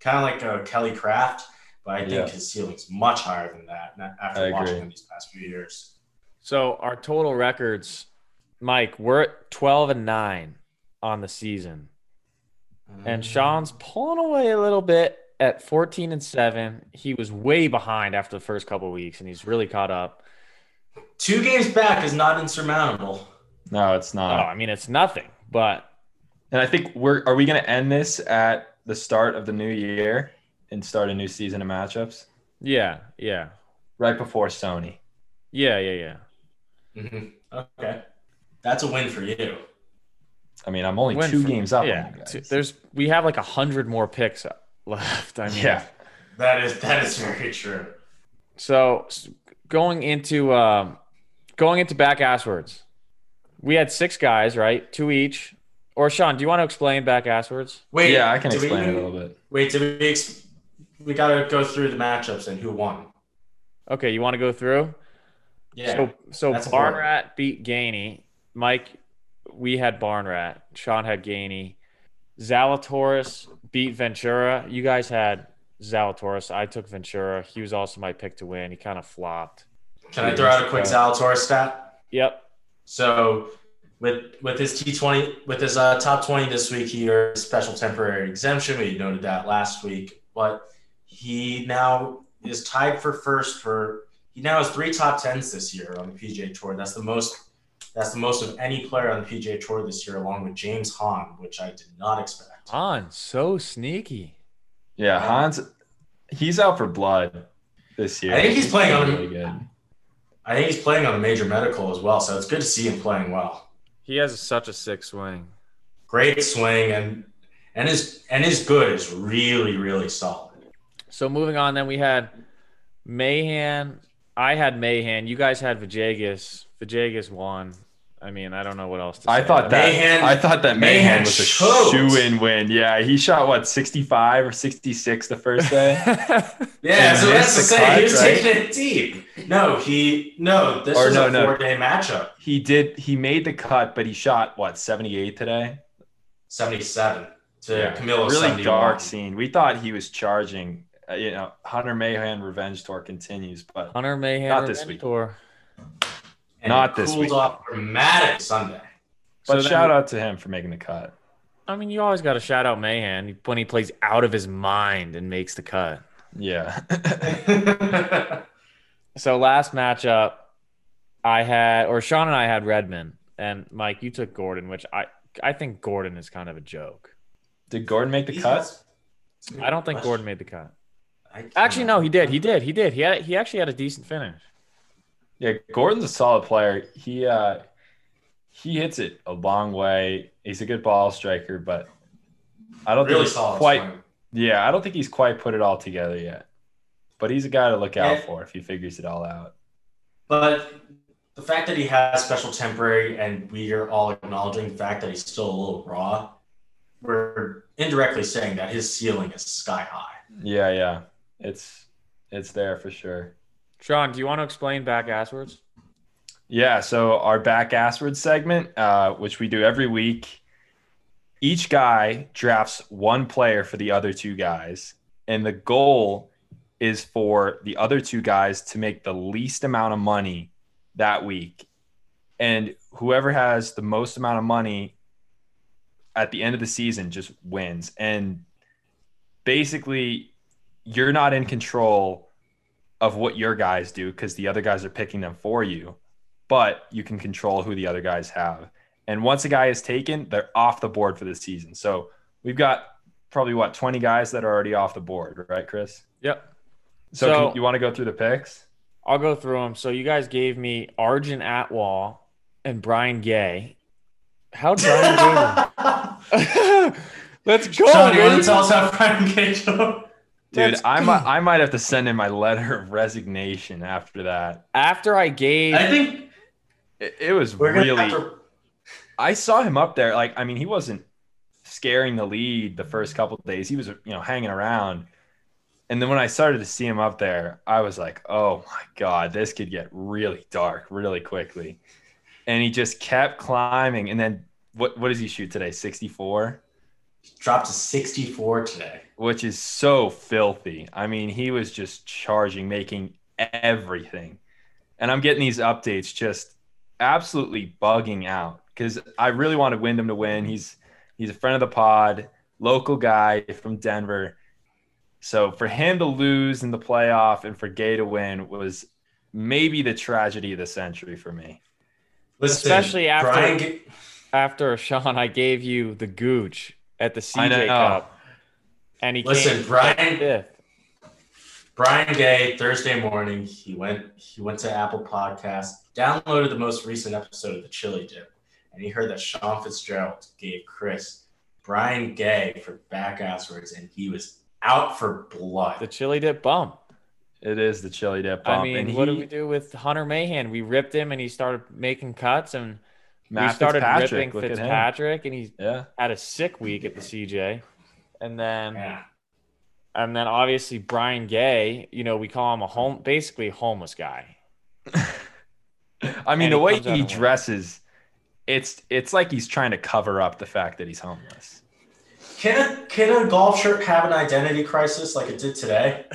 [SPEAKER 5] kind of like uh, Kelly Kraft. But I think
[SPEAKER 7] Yeah.
[SPEAKER 5] his ceiling's much higher than that na- after
[SPEAKER 7] I
[SPEAKER 5] watching
[SPEAKER 7] agree.
[SPEAKER 5] him these past few years.
[SPEAKER 2] So our total records, Mike, we're at twelve and nine on the season. and
[SPEAKER 7] Mm-hmm.
[SPEAKER 2] Sean's pulling away a little bit at 14 and 7. He was way behind after the first couple of weeks and he's really caught up.
[SPEAKER 5] two games back is not insurmountable.
[SPEAKER 7] No, it's
[SPEAKER 2] Oh,
[SPEAKER 7] not.
[SPEAKER 2] I mean, it's nothing, but
[SPEAKER 7] And I think we're are we gonna end this at the start of the new year and start a new season of matchups
[SPEAKER 2] yeah, yeah.
[SPEAKER 7] right before Sony.
[SPEAKER 2] Yeah, yeah, yeah.
[SPEAKER 5] Mhm. Okay. That's a win for you.
[SPEAKER 7] I mean, I'm only
[SPEAKER 2] Win
[SPEAKER 7] two
[SPEAKER 2] for-
[SPEAKER 7] games up. on
[SPEAKER 2] yeah.
[SPEAKER 7] you
[SPEAKER 2] Two-
[SPEAKER 7] guys.
[SPEAKER 2] There's we have like a hundred more picks up left. I mean,
[SPEAKER 7] yeah.
[SPEAKER 5] That is that is very true.
[SPEAKER 2] So s- going into um, going into back asswords, we had six guys, right? Two each. Or Sean, do you want to explain back asswords?
[SPEAKER 5] Wait,
[SPEAKER 7] yeah, I can
[SPEAKER 5] did we
[SPEAKER 7] explain it a
[SPEAKER 5] even-
[SPEAKER 7] little bit.
[SPEAKER 5] Wait, did we ex- we gotta go through the matchups and who won?
[SPEAKER 2] Okay, you want to go through?
[SPEAKER 5] Yeah.
[SPEAKER 2] So so
[SPEAKER 5] that's important.
[SPEAKER 2] Barnrat beat Gainey. Mike, we had Barnrat. Sean had Gainey. Zalatoris beat Ventura. You guys had Zalatoris. I took Ventura. He was also my pick to win. He kind of flopped.
[SPEAKER 5] Can I throw out a quick Zalatoris stat?
[SPEAKER 2] Yep.
[SPEAKER 5] So with with his T twenty with his uh, top twenty this week, he earned a special temporary exemption. We noted that last week, but he now is tied for first for he now has three top tens this year on the PGA Tour. That's the most that's the most of any player on the PGA Tour this year, along with James Hahn, which I did not expect.
[SPEAKER 2] On so sneaky.
[SPEAKER 7] Yeah, Hans, he's out for blood this year.
[SPEAKER 5] I think he's playing on-
[SPEAKER 7] really good.
[SPEAKER 5] I think he's playing on a major medical as well, so it's good to see him playing well.
[SPEAKER 2] He has such a sick swing.
[SPEAKER 5] Great swing and and his and his good is really really solid.
[SPEAKER 2] So moving on, then we had Mahan. I had Mahan. You guys had Vajegas. Vajegas won. I mean, I don't know what else to say.
[SPEAKER 7] I thought that
[SPEAKER 5] Mahan-
[SPEAKER 7] I thought that Mahan,
[SPEAKER 5] Mahan
[SPEAKER 7] was a
[SPEAKER 5] choked.
[SPEAKER 7] shoe in win. Yeah, he shot what 65 or 66 the first day.
[SPEAKER 5] Yeah,
[SPEAKER 7] And
[SPEAKER 5] so
[SPEAKER 7] missed
[SPEAKER 5] that's the
[SPEAKER 7] the
[SPEAKER 5] same. He was
[SPEAKER 7] cut, right?
[SPEAKER 5] taking it deep. No, he no. This
[SPEAKER 7] Or
[SPEAKER 5] is
[SPEAKER 7] no,
[SPEAKER 5] a
[SPEAKER 7] no.
[SPEAKER 5] four-day matchup.
[SPEAKER 7] he did he made the cut, but he shot what 78 today.
[SPEAKER 5] Seventy-seven to Camilo.
[SPEAKER 7] really
[SPEAKER 5] 71.
[SPEAKER 7] dark scene. We thought he was charging. Uh, you know, Hunter Mahan revenge tour continues, but
[SPEAKER 2] Hunter Mahan.
[SPEAKER 7] Not this
[SPEAKER 2] revenge
[SPEAKER 7] week.
[SPEAKER 2] tour.
[SPEAKER 5] And
[SPEAKER 7] Not
[SPEAKER 5] it
[SPEAKER 7] this
[SPEAKER 5] Cooled
[SPEAKER 7] week.
[SPEAKER 5] off dramatic Sunday.
[SPEAKER 2] So
[SPEAKER 7] but
[SPEAKER 2] then-
[SPEAKER 7] shout out to him for making the cut.
[SPEAKER 2] I mean, you always got to shout out Mahan when he plays out of his mind and makes the cut.
[SPEAKER 7] Yeah.
[SPEAKER 2] So last matchup, I had or Sean and I had Redmond and Mike. You took Gordon, which I I think Gordon is kind of a joke.
[SPEAKER 7] did Gordon make the cut?
[SPEAKER 2] I don't think Gordon made the cut.
[SPEAKER 5] I can't-
[SPEAKER 2] Actually, no, he did. He did. He did. He had, he actually had a decent finish.
[SPEAKER 7] Yeah, Gordon's a solid player. He uh he hits it a long way. He's a good ball striker, but I don't
[SPEAKER 5] really
[SPEAKER 7] think he's
[SPEAKER 5] solid.
[SPEAKER 7] quite
[SPEAKER 5] swing.
[SPEAKER 7] yeah, I don't think he's quite put it all together yet. But he's a guy to look out
[SPEAKER 5] Yeah.
[SPEAKER 7] for if he figures it all out.
[SPEAKER 5] But the fact that he has special temporary and we are all acknowledging the fact that he's still a little raw, we're indirectly saying that his ceiling is sky high.
[SPEAKER 7] Yeah, yeah. It's it's there for sure.
[SPEAKER 2] Sean, do you want to explain back asswards?
[SPEAKER 7] Yeah, so our back assward segment, uh, which we do every week, each guy drafts one player for the other two guys, and the goal is for the other two guys to make the least amount of money that week, and whoever has the most amount of money at the end of the season just wins. And basically, you're not in control of what your guys do because the other guys are picking them for you but you can control who the other guys have. And once a guy is taken, they're off the board for the season. So we've got probably what 20 guys that are already off the board, right, Chris?
[SPEAKER 2] Yep.
[SPEAKER 7] So,
[SPEAKER 2] So-
[SPEAKER 7] can- you want to go through the picks?
[SPEAKER 2] I'll go through them. So you guys gave me Arjun Atwal and Brian Gay. How Brian Gay? Let's go,
[SPEAKER 5] Sean, you want
[SPEAKER 2] baby.
[SPEAKER 5] to tell us how Brian Cage looked?
[SPEAKER 7] Dude,
[SPEAKER 2] Let's
[SPEAKER 7] I might I might have to send in my letter of resignation after that.
[SPEAKER 2] After I gave,
[SPEAKER 5] I think
[SPEAKER 7] It, it was
[SPEAKER 5] we're going
[SPEAKER 7] really
[SPEAKER 5] to have to.
[SPEAKER 7] I saw him up there. Like, I mean, he wasn't scaring the lead the first couple of days. He was, you know, hanging around. And then when I started to see him up there, I was like, oh my God, this could get really dark really quickly. And he just kept climbing. And then what what does he shoot today? 64?
[SPEAKER 5] Dropped to 64 today.
[SPEAKER 7] Which is so filthy. I mean, he was just charging, making everything. And I'm getting these updates just absolutely bugging out because I really wanted Wyndham to win. He's he's a friend of the pod, local guy from Denver. So for him to lose in the playoff and for Gay to win was maybe the tragedy of the century for me.
[SPEAKER 5] Listen,
[SPEAKER 2] Especially after-
[SPEAKER 5] Brian Ga-
[SPEAKER 2] after Sean, I gave you the gooch at the
[SPEAKER 7] I
[SPEAKER 2] CJ
[SPEAKER 7] know.
[SPEAKER 2] Cup, and he
[SPEAKER 5] Listen,
[SPEAKER 2] came
[SPEAKER 5] Brian
[SPEAKER 2] fifth.
[SPEAKER 5] Brian Gay Thursday morning. He went he went to Apple Podcast, downloaded the most recent episode of the Chili Dip, and he heard that Sean Fitzgerald gave Chris Brian Gay for back asswards, and he was out for
[SPEAKER 2] The
[SPEAKER 5] blood.
[SPEAKER 2] chili dip bump.
[SPEAKER 7] It is the chili dip bump.
[SPEAKER 2] I mean,
[SPEAKER 7] and
[SPEAKER 2] what
[SPEAKER 7] he,
[SPEAKER 2] did we do with Hunter Mahan? We ripped him, and he started making cuts, and
[SPEAKER 7] Matt
[SPEAKER 2] we started
[SPEAKER 7] Fitzpatrick,
[SPEAKER 2] ripping
[SPEAKER 7] look at him.
[SPEAKER 2] Fitzpatrick, and he
[SPEAKER 7] Yeah.
[SPEAKER 2] had a sick week at the CJ, and then
[SPEAKER 5] Yeah.
[SPEAKER 2] and then obviously Brian Gay. You know, we call him a home, basically homeless guy.
[SPEAKER 7] I mean,
[SPEAKER 2] And
[SPEAKER 7] the
[SPEAKER 2] he
[SPEAKER 7] way
[SPEAKER 2] comes out
[SPEAKER 7] he
[SPEAKER 2] and wins.
[SPEAKER 7] dresses, it's it's like he's trying to cover up the fact that he's homeless.
[SPEAKER 5] Can a can a golf shirt have an identity crisis like it did today?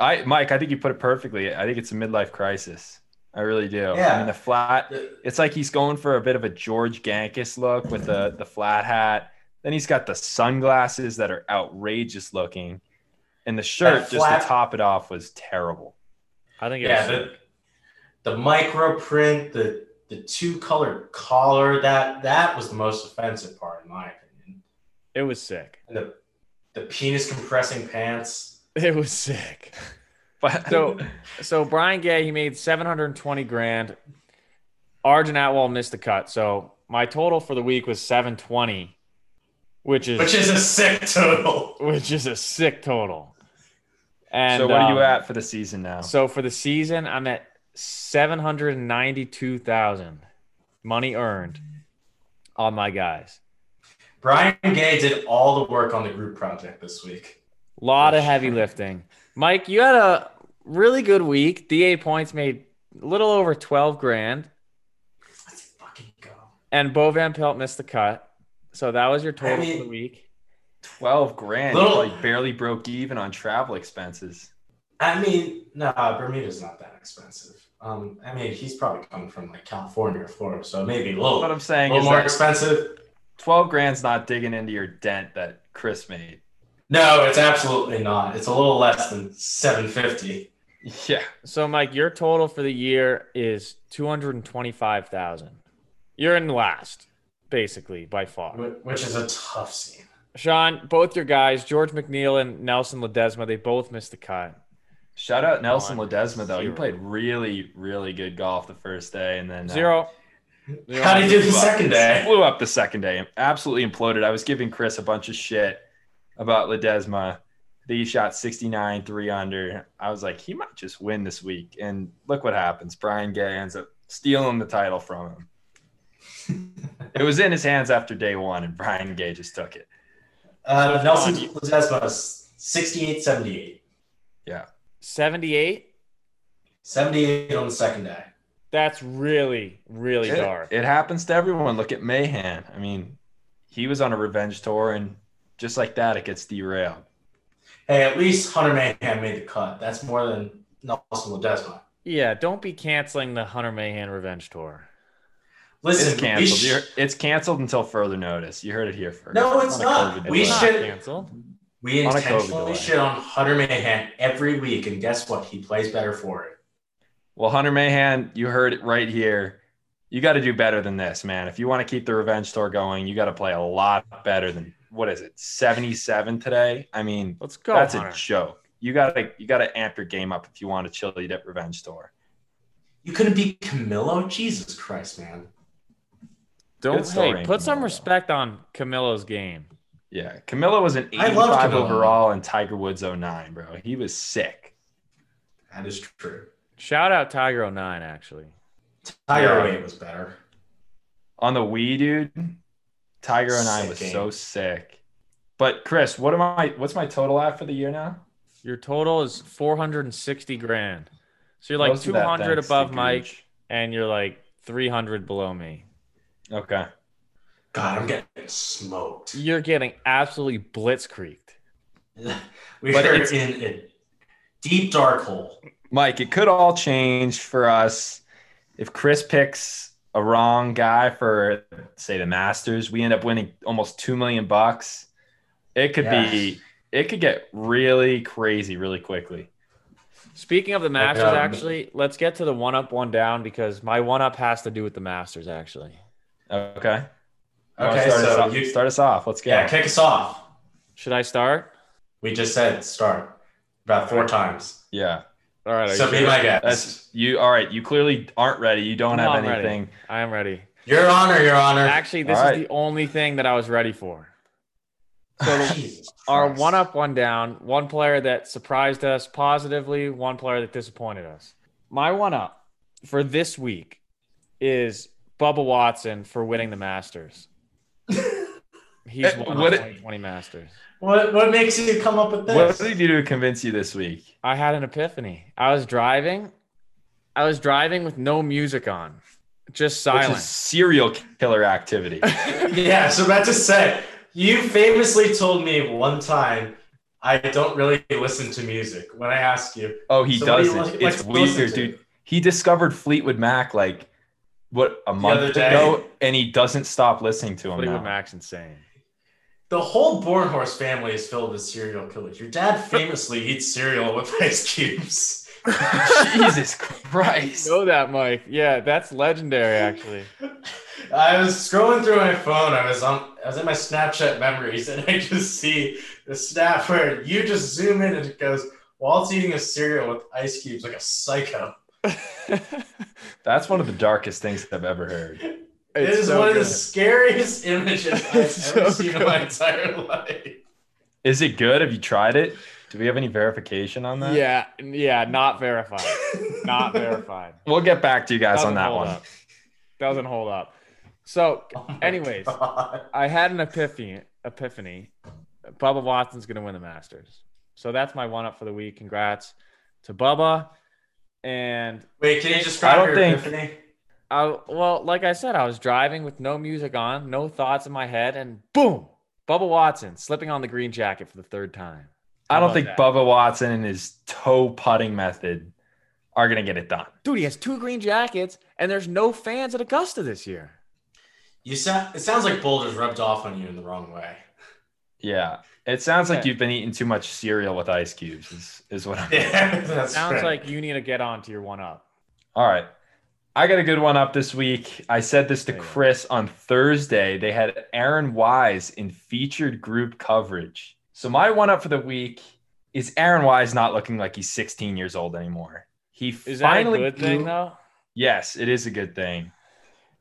[SPEAKER 7] I, Mike, I think you put it perfectly. I think it's a midlife crisis. I really do. I
[SPEAKER 5] Yeah.
[SPEAKER 7] mean, the flat. It's like he's going for a bit of a George Gankis look with the the flat hat. Then he's got the sunglasses that are outrageous looking, and the shirt
[SPEAKER 5] That
[SPEAKER 7] just
[SPEAKER 5] flat-
[SPEAKER 7] to top it off was terrible.
[SPEAKER 2] I think it
[SPEAKER 5] Yeah,
[SPEAKER 2] was
[SPEAKER 5] the, the micro print, the the two colored collar that that was the most offensive part in my opinion.
[SPEAKER 2] it was sick.
[SPEAKER 5] And the the penis compressing pants.
[SPEAKER 2] It was sick.
[SPEAKER 7] But
[SPEAKER 2] So, so Brian Gay, he made 720 grand. Arjun Atwell missed the cut. So my total for the week was 720, which is
[SPEAKER 5] which
[SPEAKER 2] which is,
[SPEAKER 5] is a sick total.
[SPEAKER 2] a sick total. And
[SPEAKER 7] so what are you
[SPEAKER 2] um,
[SPEAKER 7] at for the season now?
[SPEAKER 2] So for the season, I'm at 792,000 money earned on my guys.
[SPEAKER 5] Brian Gay did all the work on the group project this week.
[SPEAKER 2] lot of heavy lifting. Mike, you had a really good week. DA points made a little over 12 grand.
[SPEAKER 5] Let's fucking go.
[SPEAKER 2] And Bo Van Pelt missed the cut. So that was your total
[SPEAKER 5] mean-
[SPEAKER 2] for the week.
[SPEAKER 7] Twelve grand.
[SPEAKER 5] Little-
[SPEAKER 7] He like barely broke even on travel expenses.
[SPEAKER 5] I mean, nah, Bermuda's not that expensive. Um, I mean, he's probably coming from like California or Florida, so maybe a little,
[SPEAKER 7] What I'm
[SPEAKER 5] a
[SPEAKER 7] saying
[SPEAKER 5] little
[SPEAKER 7] is
[SPEAKER 5] more
[SPEAKER 7] that
[SPEAKER 5] expensive.
[SPEAKER 7] twelve grand's not digging into your dent that Chris made.
[SPEAKER 5] No, it's absolutely not. It's a little less than seven fifty.
[SPEAKER 7] Yeah.
[SPEAKER 2] So Mike, your total for the year is 225,000. You're in last basically by far.
[SPEAKER 5] Which is a tough scene.
[SPEAKER 2] Sean, both your guys, George McNeil and Nelson Ledesma, they both missed the cut.
[SPEAKER 7] Shout out Nelson
[SPEAKER 2] One,
[SPEAKER 7] Ledesma though. He
[SPEAKER 2] zero.
[SPEAKER 7] played really, really good golf the first day, and then uh,
[SPEAKER 2] Zero.
[SPEAKER 5] How would he do the second day?
[SPEAKER 7] blew up the second day. Absolutely imploded. I was giving Chris a bunch of shit about Ledesma, that he shot 69 three under. I was like, he might just win this week. And look what happens. Brian Gay ends up stealing the title from him. it was in his hands after day one, and Brian Gay just took it.
[SPEAKER 5] Uh, Nelson Ledesma, 68 78.
[SPEAKER 2] 78?
[SPEAKER 5] 78 on the second day.
[SPEAKER 2] That's really, really dark.
[SPEAKER 7] It, it happens to everyone. Look at Mahan. I mean, he was on a revenge tour, and just like that, it gets derailed.
[SPEAKER 5] Hey, at least Hunter Mahan made the cut. That's more than Nelson Ledesma.
[SPEAKER 2] Yeah, don't be canceling the Hunter Mahan Revenge Tour.
[SPEAKER 5] Listen,
[SPEAKER 7] It's
[SPEAKER 5] we
[SPEAKER 7] canceled.
[SPEAKER 5] sh-
[SPEAKER 7] You're- it's canceled until further notice. You heard it here first.
[SPEAKER 5] No, it's
[SPEAKER 7] On a
[SPEAKER 5] not.
[SPEAKER 7] COVID
[SPEAKER 5] We
[SPEAKER 7] delay.
[SPEAKER 2] It's not
[SPEAKER 5] should-
[SPEAKER 2] canceled.
[SPEAKER 5] we
[SPEAKER 7] on a COVID
[SPEAKER 5] intentionally
[SPEAKER 7] delay.
[SPEAKER 5] shit on Hunter Mahan every week, and guess what? He plays better for it.
[SPEAKER 7] Well, Hunter Mahan, you heard it right here. You got to do better than this, man. If you want to keep the revenge tour going, you got to play a lot better than what is it, seventy-seven today? I mean,
[SPEAKER 2] Let's go,
[SPEAKER 7] that's
[SPEAKER 2] Hunter.
[SPEAKER 7] a joke. You gotta you gotta amp your game up if you want to chill that revenge tour.
[SPEAKER 5] You couldn't beat Camilo? Jesus Christ, man.
[SPEAKER 2] don't
[SPEAKER 7] Good story,
[SPEAKER 2] hey, put some
[SPEAKER 7] Camilo.
[SPEAKER 2] respect on Camilo's game.
[SPEAKER 7] Yeah, Camilla was an
[SPEAKER 5] I love
[SPEAKER 7] 85
[SPEAKER 5] Camilo.
[SPEAKER 7] overall in Tiger Woods 09, bro. He was sick.
[SPEAKER 5] That is true.
[SPEAKER 2] Shout out Tiger 09, actually.
[SPEAKER 5] Tiger
[SPEAKER 7] Yeah.
[SPEAKER 5] Woods was better.
[SPEAKER 7] On the Wii, dude, Tiger 09
[SPEAKER 5] Sick
[SPEAKER 7] was
[SPEAKER 5] game.
[SPEAKER 7] so sick. But Chris, what am I? What's my total at for the year now?
[SPEAKER 2] Your total is 460 grand. So you're like
[SPEAKER 7] Most of that
[SPEAKER 2] 200
[SPEAKER 7] thanks to
[SPEAKER 2] above
[SPEAKER 7] Gooch.
[SPEAKER 2] Mike, and you're like 300 below me.
[SPEAKER 7] Okay.
[SPEAKER 5] God, I'm getting smoked.
[SPEAKER 2] You're getting absolutely blitzkrieged.
[SPEAKER 5] We
[SPEAKER 7] But
[SPEAKER 5] are
[SPEAKER 7] it's-
[SPEAKER 5] in a deep dark hole.
[SPEAKER 7] Mike, it could all change for us if Chris picks a wrong guy for say the Masters. We end up winning almost two million bucks. It could be, it could get really crazy really quickly.
[SPEAKER 2] Speaking of the Masters,
[SPEAKER 5] um,
[SPEAKER 2] actually, let's get to the one up, one down because my one up has to do with the Masters, actually.
[SPEAKER 7] Okay. You wanna
[SPEAKER 5] Okay,
[SPEAKER 7] start, us
[SPEAKER 5] so
[SPEAKER 7] off,
[SPEAKER 5] you,
[SPEAKER 7] start us off. Let's go.
[SPEAKER 5] yeah, kick us off.
[SPEAKER 2] Should I start?
[SPEAKER 5] We just said start about four times.
[SPEAKER 7] Yeah.
[SPEAKER 2] All right. are
[SPEAKER 5] So
[SPEAKER 2] you
[SPEAKER 5] be
[SPEAKER 2] sure?
[SPEAKER 5] my guest.
[SPEAKER 7] That's you. All right. You clearly aren't ready. You don't
[SPEAKER 2] No,
[SPEAKER 7] have
[SPEAKER 2] I'm ready.
[SPEAKER 7] anything.
[SPEAKER 2] I am ready.
[SPEAKER 5] Your honor, your honor.
[SPEAKER 2] Actually, this
[SPEAKER 7] All right.
[SPEAKER 2] is the only thing that I was ready for. So
[SPEAKER 5] Jesus
[SPEAKER 2] our
[SPEAKER 5] Christ.
[SPEAKER 2] one up, one down, one player that surprised us positively, one player that disappointed us. My one up for this week is Bubba Watson for winning the Masters. He's
[SPEAKER 7] Eh,
[SPEAKER 2] won
[SPEAKER 7] what
[SPEAKER 2] the
[SPEAKER 7] it-
[SPEAKER 2] 2020 Masters.
[SPEAKER 5] What what makes you come up with
[SPEAKER 7] What
[SPEAKER 5] this?
[SPEAKER 7] did he do to convince you this week?
[SPEAKER 2] I had an epiphany. I was driving. I was driving with no music on,
[SPEAKER 7] Which
[SPEAKER 2] just
[SPEAKER 7] is
[SPEAKER 2] silence.
[SPEAKER 7] serial killer activity.
[SPEAKER 5] yeah, so about to say, you famously told me one time I don't really listen to music when I asked you.
[SPEAKER 7] Oh, he
[SPEAKER 5] so what do you
[SPEAKER 7] doesn't.
[SPEAKER 5] like- like
[SPEAKER 7] it's
[SPEAKER 5] to listen
[SPEAKER 7] weird,
[SPEAKER 5] to?
[SPEAKER 7] dude. He discovered Fleetwood Mac like what a
[SPEAKER 5] other
[SPEAKER 7] month
[SPEAKER 5] day.
[SPEAKER 7] ago, and he doesn't stop listening to him.
[SPEAKER 2] Fleetwood
[SPEAKER 7] Now.
[SPEAKER 2] Mac's insane.
[SPEAKER 5] The whole Bornhorse family is filled with serial killers. Your dad famously eats cereal with ice cubes.
[SPEAKER 7] Jesus Christ!
[SPEAKER 2] Know that, Mike? Yeah, that's legendary. Actually,
[SPEAKER 5] I was scrolling through my phone. I was on. I was in my Snapchat memories, and I just see the snap where you just zoom in and it goes Walt's eating a cereal with ice cubes like a psycho.
[SPEAKER 7] That's one of the darkest things I've ever heard.
[SPEAKER 5] It
[SPEAKER 2] It's
[SPEAKER 5] is
[SPEAKER 2] so
[SPEAKER 5] one of
[SPEAKER 2] good.
[SPEAKER 5] the scariest images I've ever
[SPEAKER 2] It's so
[SPEAKER 5] seen in
[SPEAKER 2] good.
[SPEAKER 5] my entire life.
[SPEAKER 7] Is it good? Have you tried it? Do we have any verification on that?
[SPEAKER 2] Yeah, yeah, not verified. not verified.
[SPEAKER 7] We'll get back to you guys on
[SPEAKER 2] Doesn't
[SPEAKER 7] that
[SPEAKER 2] hold
[SPEAKER 7] one.
[SPEAKER 2] up. Doesn't hold up. So,
[SPEAKER 5] Oh my
[SPEAKER 2] anyways,
[SPEAKER 5] God.
[SPEAKER 2] I had an epiphany. Epiphany. Bubba Watson's going to win the Masters. So that's my one up for the week. Congrats to Bubba. And
[SPEAKER 5] wait, can you describe
[SPEAKER 7] don't
[SPEAKER 5] your
[SPEAKER 7] think-
[SPEAKER 5] epiphany?
[SPEAKER 2] I, well, like I said, I was driving with no music on, no thoughts in my head, and boom, Bubba Watson slipping on the green jacket for the third time.
[SPEAKER 7] I don't
[SPEAKER 2] about
[SPEAKER 7] think
[SPEAKER 2] that?
[SPEAKER 7] Bubba Watson and his toe putting method are gonna get it done.
[SPEAKER 2] Dude, he has two green jackets, and there's no fans at Augusta this year.
[SPEAKER 5] You sound. It sounds like Boulder's rubbed off on you in the wrong way.
[SPEAKER 7] Yeah, it sounds like
[SPEAKER 2] Okay.
[SPEAKER 7] you've been eating too much cereal with ice cubes. Is is what I'm.
[SPEAKER 5] Yeah, that's
[SPEAKER 2] Sounds
[SPEAKER 5] right.
[SPEAKER 2] like you need to get on to your one up.
[SPEAKER 7] All right. I got a good one up this week. I said this to
[SPEAKER 2] There you go.
[SPEAKER 7] Chris on Thursday. They had Aaron Wise in featured group coverage. So my one up for the week is Aaron Wise not looking like he's 16 years old anymore. He
[SPEAKER 2] Is that
[SPEAKER 7] finally
[SPEAKER 2] a good thing
[SPEAKER 7] grew-
[SPEAKER 2] though?
[SPEAKER 7] Yes, it is a good thing.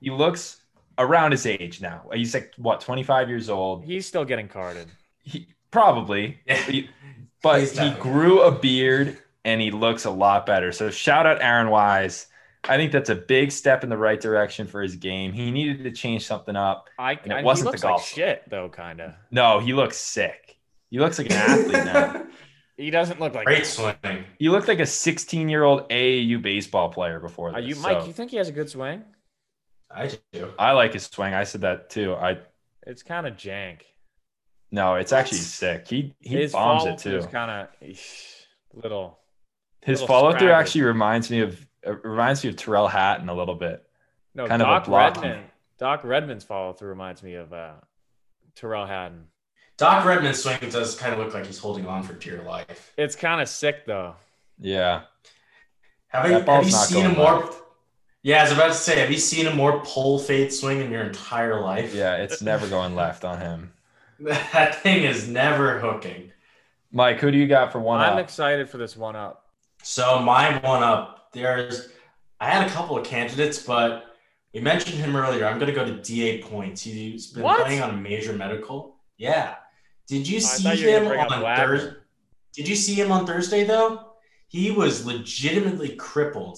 [SPEAKER 7] He looks around his age now. He's like what 25 years old.
[SPEAKER 2] He's still getting carded.
[SPEAKER 7] He probably
[SPEAKER 5] Yeah.
[SPEAKER 7] He- But
[SPEAKER 5] He's
[SPEAKER 7] he
[SPEAKER 5] definitely-
[SPEAKER 7] grew a beard and he looks a lot better. So shout out Aaron Wise. I think that's a big step in the right direction for his game. He needed to change something up.
[SPEAKER 2] I,
[SPEAKER 7] And it
[SPEAKER 2] I- he
[SPEAKER 7] wasn't the
[SPEAKER 2] looks like
[SPEAKER 7] golf.
[SPEAKER 2] shit though, kind of.
[SPEAKER 7] No, he looks sick. He looks like an athlete now.
[SPEAKER 2] He doesn't look like.
[SPEAKER 5] Great swing.
[SPEAKER 7] He looked like a 16 year old AAU baseball player before this.
[SPEAKER 2] Are Uh, you Mike?
[SPEAKER 7] so
[SPEAKER 2] You think he has a good swing?
[SPEAKER 5] I do.
[SPEAKER 7] I like his swing. I said that too. I
[SPEAKER 2] It's kind of jank.
[SPEAKER 7] no, it's actually sick. He he
[SPEAKER 2] His
[SPEAKER 7] bombs it
[SPEAKER 2] follow-through
[SPEAKER 7] too.
[SPEAKER 2] is kind of little.
[SPEAKER 7] His
[SPEAKER 2] little
[SPEAKER 7] follow through
[SPEAKER 2] scraggly.
[SPEAKER 7] actually reminds me of it reminds me of Terrell Hatton a little bit.
[SPEAKER 2] No,
[SPEAKER 7] Kind of a
[SPEAKER 2] Doc
[SPEAKER 7] blocky.
[SPEAKER 2] Redmond. Doc Redmond's follow through reminds me of uh, Terrell Hatton.
[SPEAKER 5] Doc Redman's swing does kind of look like he's holding on for dear life.
[SPEAKER 2] It's kind of sick though.
[SPEAKER 7] Yeah.
[SPEAKER 5] Have,
[SPEAKER 7] That
[SPEAKER 5] you have
[SPEAKER 7] ball's
[SPEAKER 5] you
[SPEAKER 7] not
[SPEAKER 5] seen a
[SPEAKER 7] going
[SPEAKER 5] more? Yeah, I was about to say, have you seen a more pole fade swing in your entire life?
[SPEAKER 7] Yeah, it's never going left on him.
[SPEAKER 5] that thing is never hooking.
[SPEAKER 7] Mike, who do you got for one
[SPEAKER 2] I'm
[SPEAKER 7] up?
[SPEAKER 2] excited for this one up.
[SPEAKER 5] So my one up, there's I had a couple of candidates, but we mentioned him earlier. I'm gonna go to DA points. He's been
[SPEAKER 2] What? Oh,
[SPEAKER 5] playing on a major medical. Yeah. Did you
[SPEAKER 2] I
[SPEAKER 5] see
[SPEAKER 2] thought you were gonna
[SPEAKER 5] him
[SPEAKER 2] bring up
[SPEAKER 5] on
[SPEAKER 2] Wagner.
[SPEAKER 5] Thursday? Did you see him on Thursday though? He was legitimately crippled.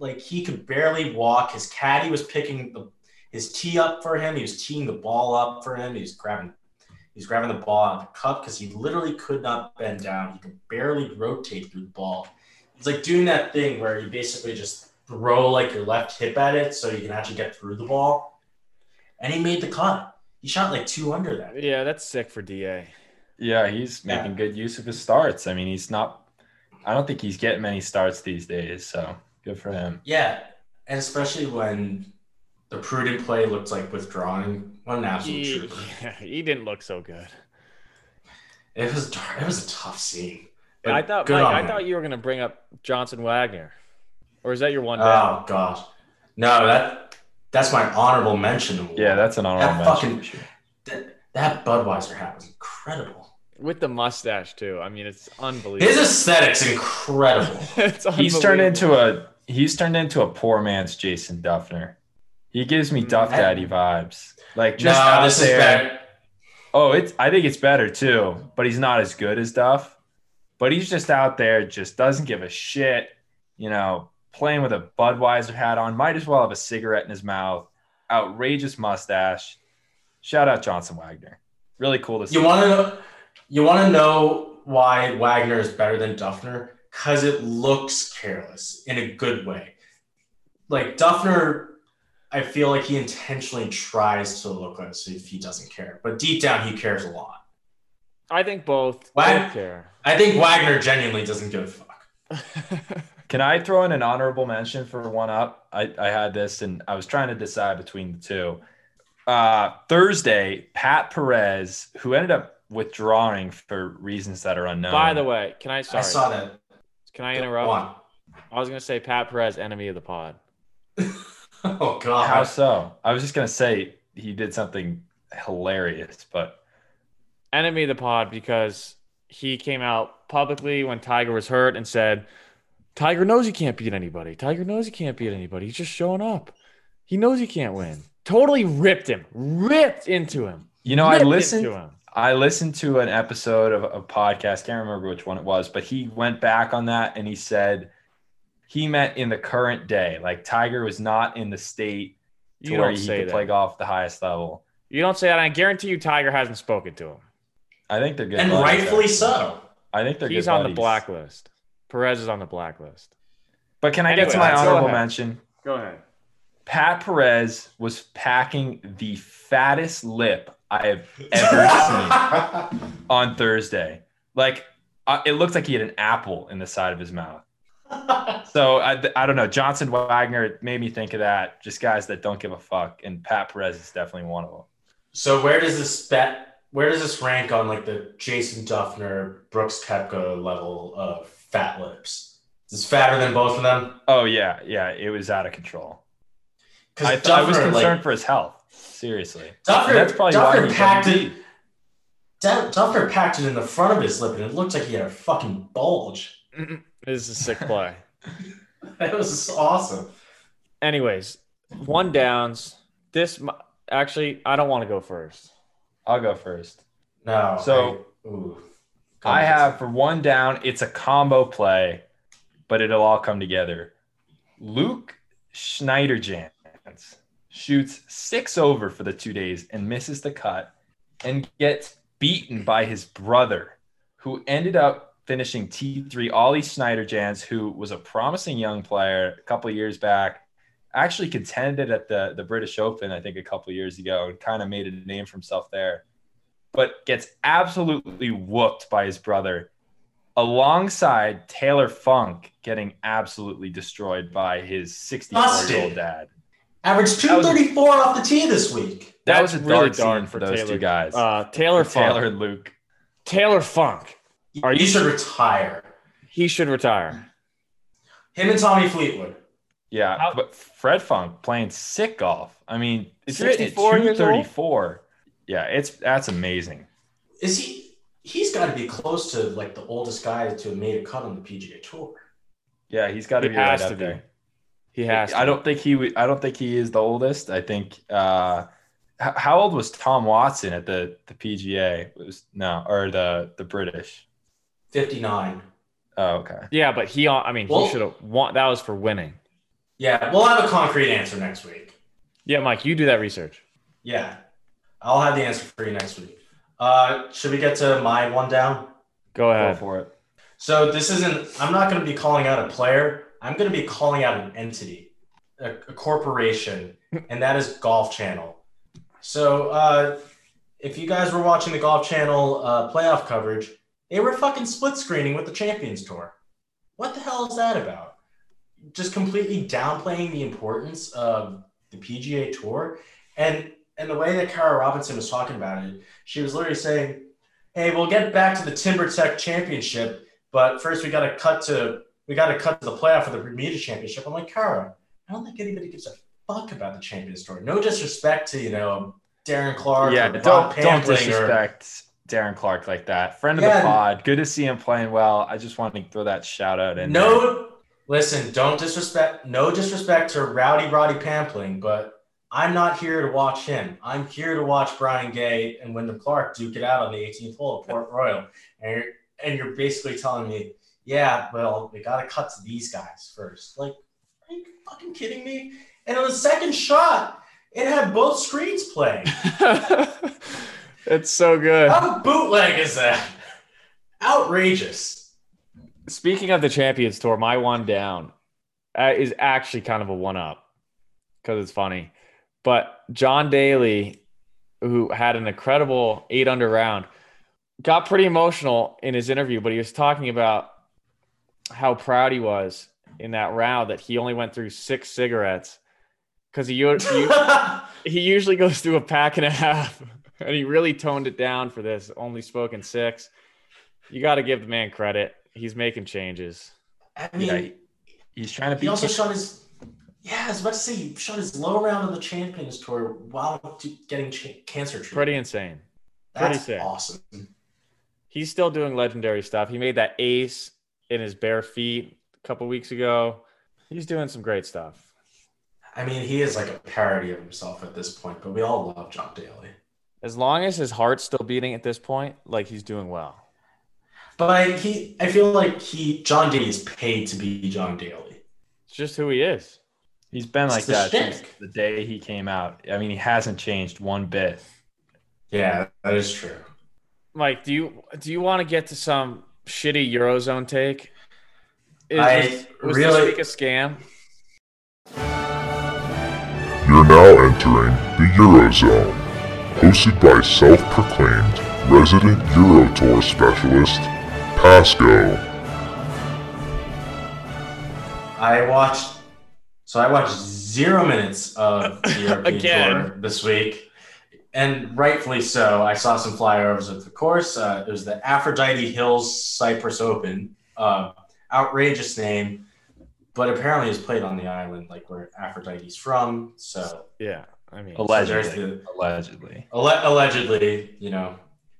[SPEAKER 5] Like he could barely walk. His caddy was picking the his tee up for him. He was teeing the ball up for him. He was grabbing he's grabbing the ball out of the cup because he literally could not bend down. He could barely rotate through the ball. It's like doing that thing where you basically just throw like your left hip at it so you can actually get through the ball. And he made the cut. He shot like two under that.
[SPEAKER 2] Yeah, that's sick for Da.
[SPEAKER 7] Yeah, he's
[SPEAKER 5] Yeah.
[SPEAKER 7] making good use of his starts. I mean, he's not I don't think he's getting many starts these days, so good for him.
[SPEAKER 5] Yeah, and especially when the prudent play looked like withdrawing. What an absolute
[SPEAKER 2] He,
[SPEAKER 5] trooper!
[SPEAKER 2] he didn't look so good.
[SPEAKER 5] It was dark. It was a tough scene. But
[SPEAKER 2] I thought
[SPEAKER 5] good
[SPEAKER 2] Mike,
[SPEAKER 5] on
[SPEAKER 2] I
[SPEAKER 5] him.
[SPEAKER 2] thought you were gonna bring up Johnson Wagner, or is that your
[SPEAKER 7] Uh,
[SPEAKER 2] one? down?
[SPEAKER 5] Oh gosh, no that that's my honorable mention. award.
[SPEAKER 7] Yeah, that's an honorable
[SPEAKER 5] That
[SPEAKER 7] mention
[SPEAKER 5] fucking-
[SPEAKER 7] for sure.
[SPEAKER 5] that, that Budweiser hat was incredible.
[SPEAKER 2] With the mustache too. I mean, it's unbelievable.
[SPEAKER 5] His aesthetic's incredible.
[SPEAKER 2] it's
[SPEAKER 7] He's turned
[SPEAKER 2] unbelievable.
[SPEAKER 7] into a he's turned into a poor man's Jason Duffner. He gives me Duff
[SPEAKER 5] Mm, I-
[SPEAKER 7] Daddy vibes. Like
[SPEAKER 5] no,
[SPEAKER 7] just out
[SPEAKER 5] this is
[SPEAKER 7] there.
[SPEAKER 5] bad.
[SPEAKER 7] Oh, it's I think it's better too, but he's not as good as Duff. But he's just out there, just doesn't give a shit, you know, playing with a Budweiser hat on, might as well have a cigarette in his mouth, outrageous mustache. Shout out Johnson Wagner. Really cool to see.
[SPEAKER 5] You want to know? You want to know why Wagner is better than Duffner? Because it looks careless in a good way. Like Duffner, I feel like he intentionally tries to look like as if he doesn't care, but deep down he cares a lot.
[SPEAKER 2] I think both.
[SPEAKER 5] Wag-
[SPEAKER 2] Both care.
[SPEAKER 5] I think Wagner genuinely doesn't give a fuck.
[SPEAKER 7] Can I throw in an honorable mention for one up? I, I had this and I was trying to decide between the two. Uh, Thursday, Pat Perez, who ended up withdrawing for reasons that are unknown.
[SPEAKER 2] By the way, can I?
[SPEAKER 5] I
[SPEAKER 2] Sorry.
[SPEAKER 5] saw that.
[SPEAKER 2] Can I interrupt?
[SPEAKER 5] One.
[SPEAKER 2] I was gonna say Pat Perez, enemy of the pod.
[SPEAKER 5] Oh god.
[SPEAKER 2] Uh-huh.
[SPEAKER 7] How so? I was just gonna say he did something hilarious, but
[SPEAKER 2] enemy of the pod because he came out publicly when Tiger was hurt and said, Tiger knows he can't beat anybody. Tiger knows he can't beat anybody. He's just showing up. He knows he can't win. Totally ripped him, ripped into him.
[SPEAKER 7] you know, I
[SPEAKER 2] ripped
[SPEAKER 7] listened.
[SPEAKER 2] into him.
[SPEAKER 7] I listened to an episode of a podcast. Can't remember which one it was, but he went back on that and he said he meant in the current day. Like Tiger was not in the state to
[SPEAKER 2] You
[SPEAKER 7] where
[SPEAKER 2] don't
[SPEAKER 7] he
[SPEAKER 2] say
[SPEAKER 7] could play
[SPEAKER 2] that.
[SPEAKER 7] golf at the highest level.
[SPEAKER 2] You don't say that. I guarantee you, Tiger hasn't spoken to him.
[SPEAKER 7] I think they're good.
[SPEAKER 5] and
[SPEAKER 7] buddies,
[SPEAKER 5] rightfully
[SPEAKER 7] actually.
[SPEAKER 5] so.
[SPEAKER 7] I think they're
[SPEAKER 2] He's
[SPEAKER 7] good
[SPEAKER 2] on the
[SPEAKER 7] buddies.
[SPEAKER 2] blacklist. Perez is on the blacklist.
[SPEAKER 7] But can I get to
[SPEAKER 2] Anyway,
[SPEAKER 7] my
[SPEAKER 2] go
[SPEAKER 7] honorable
[SPEAKER 2] ahead.
[SPEAKER 7] mention?
[SPEAKER 2] Go ahead.
[SPEAKER 7] Pat Perez was packing the fattest lip I have ever seen. on Thursday. Like uh, it looked like he had an apple in the side of his mouth. So I, I don't know. Johnson Wagner made me think of that. Just guys that don't give a fuck, and Pat Perez is definitely one of them.
[SPEAKER 5] So where does this bet? Where does this rank on like the Jason Duffner, Brooks Koepka level of fat lips? Is this fatter than both of them?
[SPEAKER 7] Oh yeah, yeah. It was out of control. I,
[SPEAKER 5] Because
[SPEAKER 7] th- I was
[SPEAKER 5] Duffner,
[SPEAKER 7] concerned
[SPEAKER 5] like
[SPEAKER 7] for his health. Seriously,
[SPEAKER 5] Duffner,
[SPEAKER 7] And that's probably
[SPEAKER 5] Duffner
[SPEAKER 7] why he
[SPEAKER 5] packed
[SPEAKER 7] doesn't
[SPEAKER 5] it. Du- Duffner packed it in the front of his lip, and it looked like he had a fucking bulge.
[SPEAKER 2] This is a sick play.
[SPEAKER 5] That was awesome.
[SPEAKER 2] Anyways, one downs. This mi- actually, I don't want to go first.
[SPEAKER 7] I'll go first.
[SPEAKER 5] No.
[SPEAKER 7] So-
[SPEAKER 5] I- ooh.
[SPEAKER 7] I have for one down, it's a combo play, but it'll all come together. Luke Schneiderjans shoots six over for the two days and misses the cut and gets beaten by his brother, who ended up finishing T3 Ollie Schneiderjans, who was a promising young player a couple years back. Actually contended at the, the British Open, I think, a couple years ago, and kind of made a name for himself there but gets absolutely whooped by his brother alongside Taylor Funk getting absolutely destroyed by his 64 year old
[SPEAKER 5] Busted.
[SPEAKER 7] dad.
[SPEAKER 5] Averaged
[SPEAKER 7] That was-
[SPEAKER 5] 234 off the tee this week.
[SPEAKER 7] That was
[SPEAKER 2] That's
[SPEAKER 7] a dark
[SPEAKER 2] really
[SPEAKER 7] scene
[SPEAKER 2] darn
[SPEAKER 7] for
[SPEAKER 2] for
[SPEAKER 7] those
[SPEAKER 2] Taylor.
[SPEAKER 7] two guys.
[SPEAKER 2] Uh, Taylor Funk.
[SPEAKER 7] Taylor
[SPEAKER 2] Taylor,
[SPEAKER 7] and Luke.
[SPEAKER 2] Funk. Are
[SPEAKER 5] you
[SPEAKER 2] you-
[SPEAKER 5] should retire.
[SPEAKER 2] He should retire.
[SPEAKER 5] Him and Tommy Fleetwood.
[SPEAKER 7] Yeah,
[SPEAKER 2] How-
[SPEAKER 7] but Fred Funk playing sick golf. I mean, it's
[SPEAKER 2] 64 years old?
[SPEAKER 7] 234. Yeah, it's that's amazing.
[SPEAKER 5] Is he? He's got to be close to like the oldest guy to have made a cut on the PGA Tour.
[SPEAKER 7] Yeah, he's got
[SPEAKER 2] He
[SPEAKER 7] to be right
[SPEAKER 2] has
[SPEAKER 7] up
[SPEAKER 2] to be.
[SPEAKER 7] there.
[SPEAKER 2] He has. To.
[SPEAKER 7] I don't think he. w- I don't think he is the oldest. I think. Uh, h- how old was Tom Watson at the the PGA? It was no or the the British.
[SPEAKER 5] 59.
[SPEAKER 7] Oh, okay.
[SPEAKER 2] Yeah, but he. I mean,
[SPEAKER 5] Well-
[SPEAKER 2] he should have won. That was for winning.
[SPEAKER 5] Yeah, we'll have a concrete answer next week.
[SPEAKER 2] Yeah, Mike, you do that research.
[SPEAKER 5] Yeah, I'll have the answer for you next week. Uh, should we get to my one down?
[SPEAKER 2] Go
[SPEAKER 7] Go
[SPEAKER 2] ahead.
[SPEAKER 7] for it.
[SPEAKER 5] So this isn't. I'm not going to be calling out a player. I'm going to be calling out an entity, a, a corporation, and that is Golf Channel. So uh, if you guys were watching the Golf Channel uh, playoff coverage, they were fucking split screening with the Champions Tour. What the hell is that about? Just completely downplaying the importance of the PGA Tour, and and the way that Kara Robinson was talking about it, she was literally saying, "Hey, we'll get back to the Timber Tech Championship." But first, we got to cut to we got to cut to the playoff for the Bermuda Championship. I'm like, Cara, I don't think anybody gives a fuck about the Champions Tour. No disrespect to you know Darren Clark.
[SPEAKER 7] Yeah,
[SPEAKER 5] or
[SPEAKER 7] don't
[SPEAKER 5] Bob
[SPEAKER 7] don't
[SPEAKER 5] Pampling or-
[SPEAKER 7] disrespect Darren Clark like that. Friend of
[SPEAKER 5] Yeah.
[SPEAKER 7] the pod. Good to see him playing well. I just wanted to throw that uh, shout out in. there.
[SPEAKER 5] No, listen, don't disrespect. No disrespect to Rowdy Roddy Pampling, but I'm not here to watch him. I'm here to watch Brian Gay and Wyndham Clark duke it out on the 18th hole at Port Royal. And you're, and you're basically telling me, yeah, well, we got to cut to these guys first. Like, are you fucking kidding me? And on the second shot, it had both screens playing.
[SPEAKER 2] it's so good.
[SPEAKER 5] How bootleg is that? Outrageous.
[SPEAKER 2] Speaking of the Champions Tour, my one down uh, is actually kind of a one up because it's funny. But John Daly, who had an incredible eight under round, got pretty emotional in his interview, but he was talking about how proud he was in that round that he only went through six cigarettes because he, u- he, he usually goes through a pack and a half, and he really toned it down for this. Only spoken six. You got to give the man credit. He's making changes.
[SPEAKER 5] I mean,
[SPEAKER 7] Yeah, He's trying to
[SPEAKER 5] He
[SPEAKER 7] beat.
[SPEAKER 5] also shot his. Yeah, I was about to say he shot his low round on the Champions Tour while t- getting ch- cancer treatment.
[SPEAKER 2] Pretty insane. pretty
[SPEAKER 5] That's
[SPEAKER 2] sick.
[SPEAKER 5] awesome.
[SPEAKER 2] He's still doing legendary stuff. He made that ace in his bare feet a couple weeks ago. He's doing some great stuff.
[SPEAKER 5] I mean, he is like a parody of himself at this point, but we all love John Daly.
[SPEAKER 2] As long as his heart's still beating at this point, like he's doing well.
[SPEAKER 5] But I, he, I feel like he, John Daly is paid to be John Daly.
[SPEAKER 2] It's just who he is.
[SPEAKER 7] He's been like
[SPEAKER 5] It's the
[SPEAKER 7] that since
[SPEAKER 5] shtick.
[SPEAKER 7] the day he came out. I mean, he hasn't changed one bit.
[SPEAKER 5] Yeah, that is true.
[SPEAKER 2] Mike, do you do you want to get to some shitty eurozone take? Is
[SPEAKER 5] I
[SPEAKER 2] this, was
[SPEAKER 5] really-
[SPEAKER 2] this week a scam?
[SPEAKER 8] You're now entering the Eurozone, hosted by self proclaimed resident Eurotour specialist, Pasco.
[SPEAKER 5] I watched, so I watched zero minutes of the European
[SPEAKER 2] Again.
[SPEAKER 5] Tour this week, and rightfully so. I saw some flyovers of the course. Uh, it was the Aphrodite Hills Cyprus Open, uh, outrageous name, but apparently it's played on the island like where Aphrodite's from. So,
[SPEAKER 2] Yeah, I mean,
[SPEAKER 5] so there's
[SPEAKER 7] Allegedly.
[SPEAKER 5] the
[SPEAKER 7] Allegedly.
[SPEAKER 5] alle- allegedly, you know,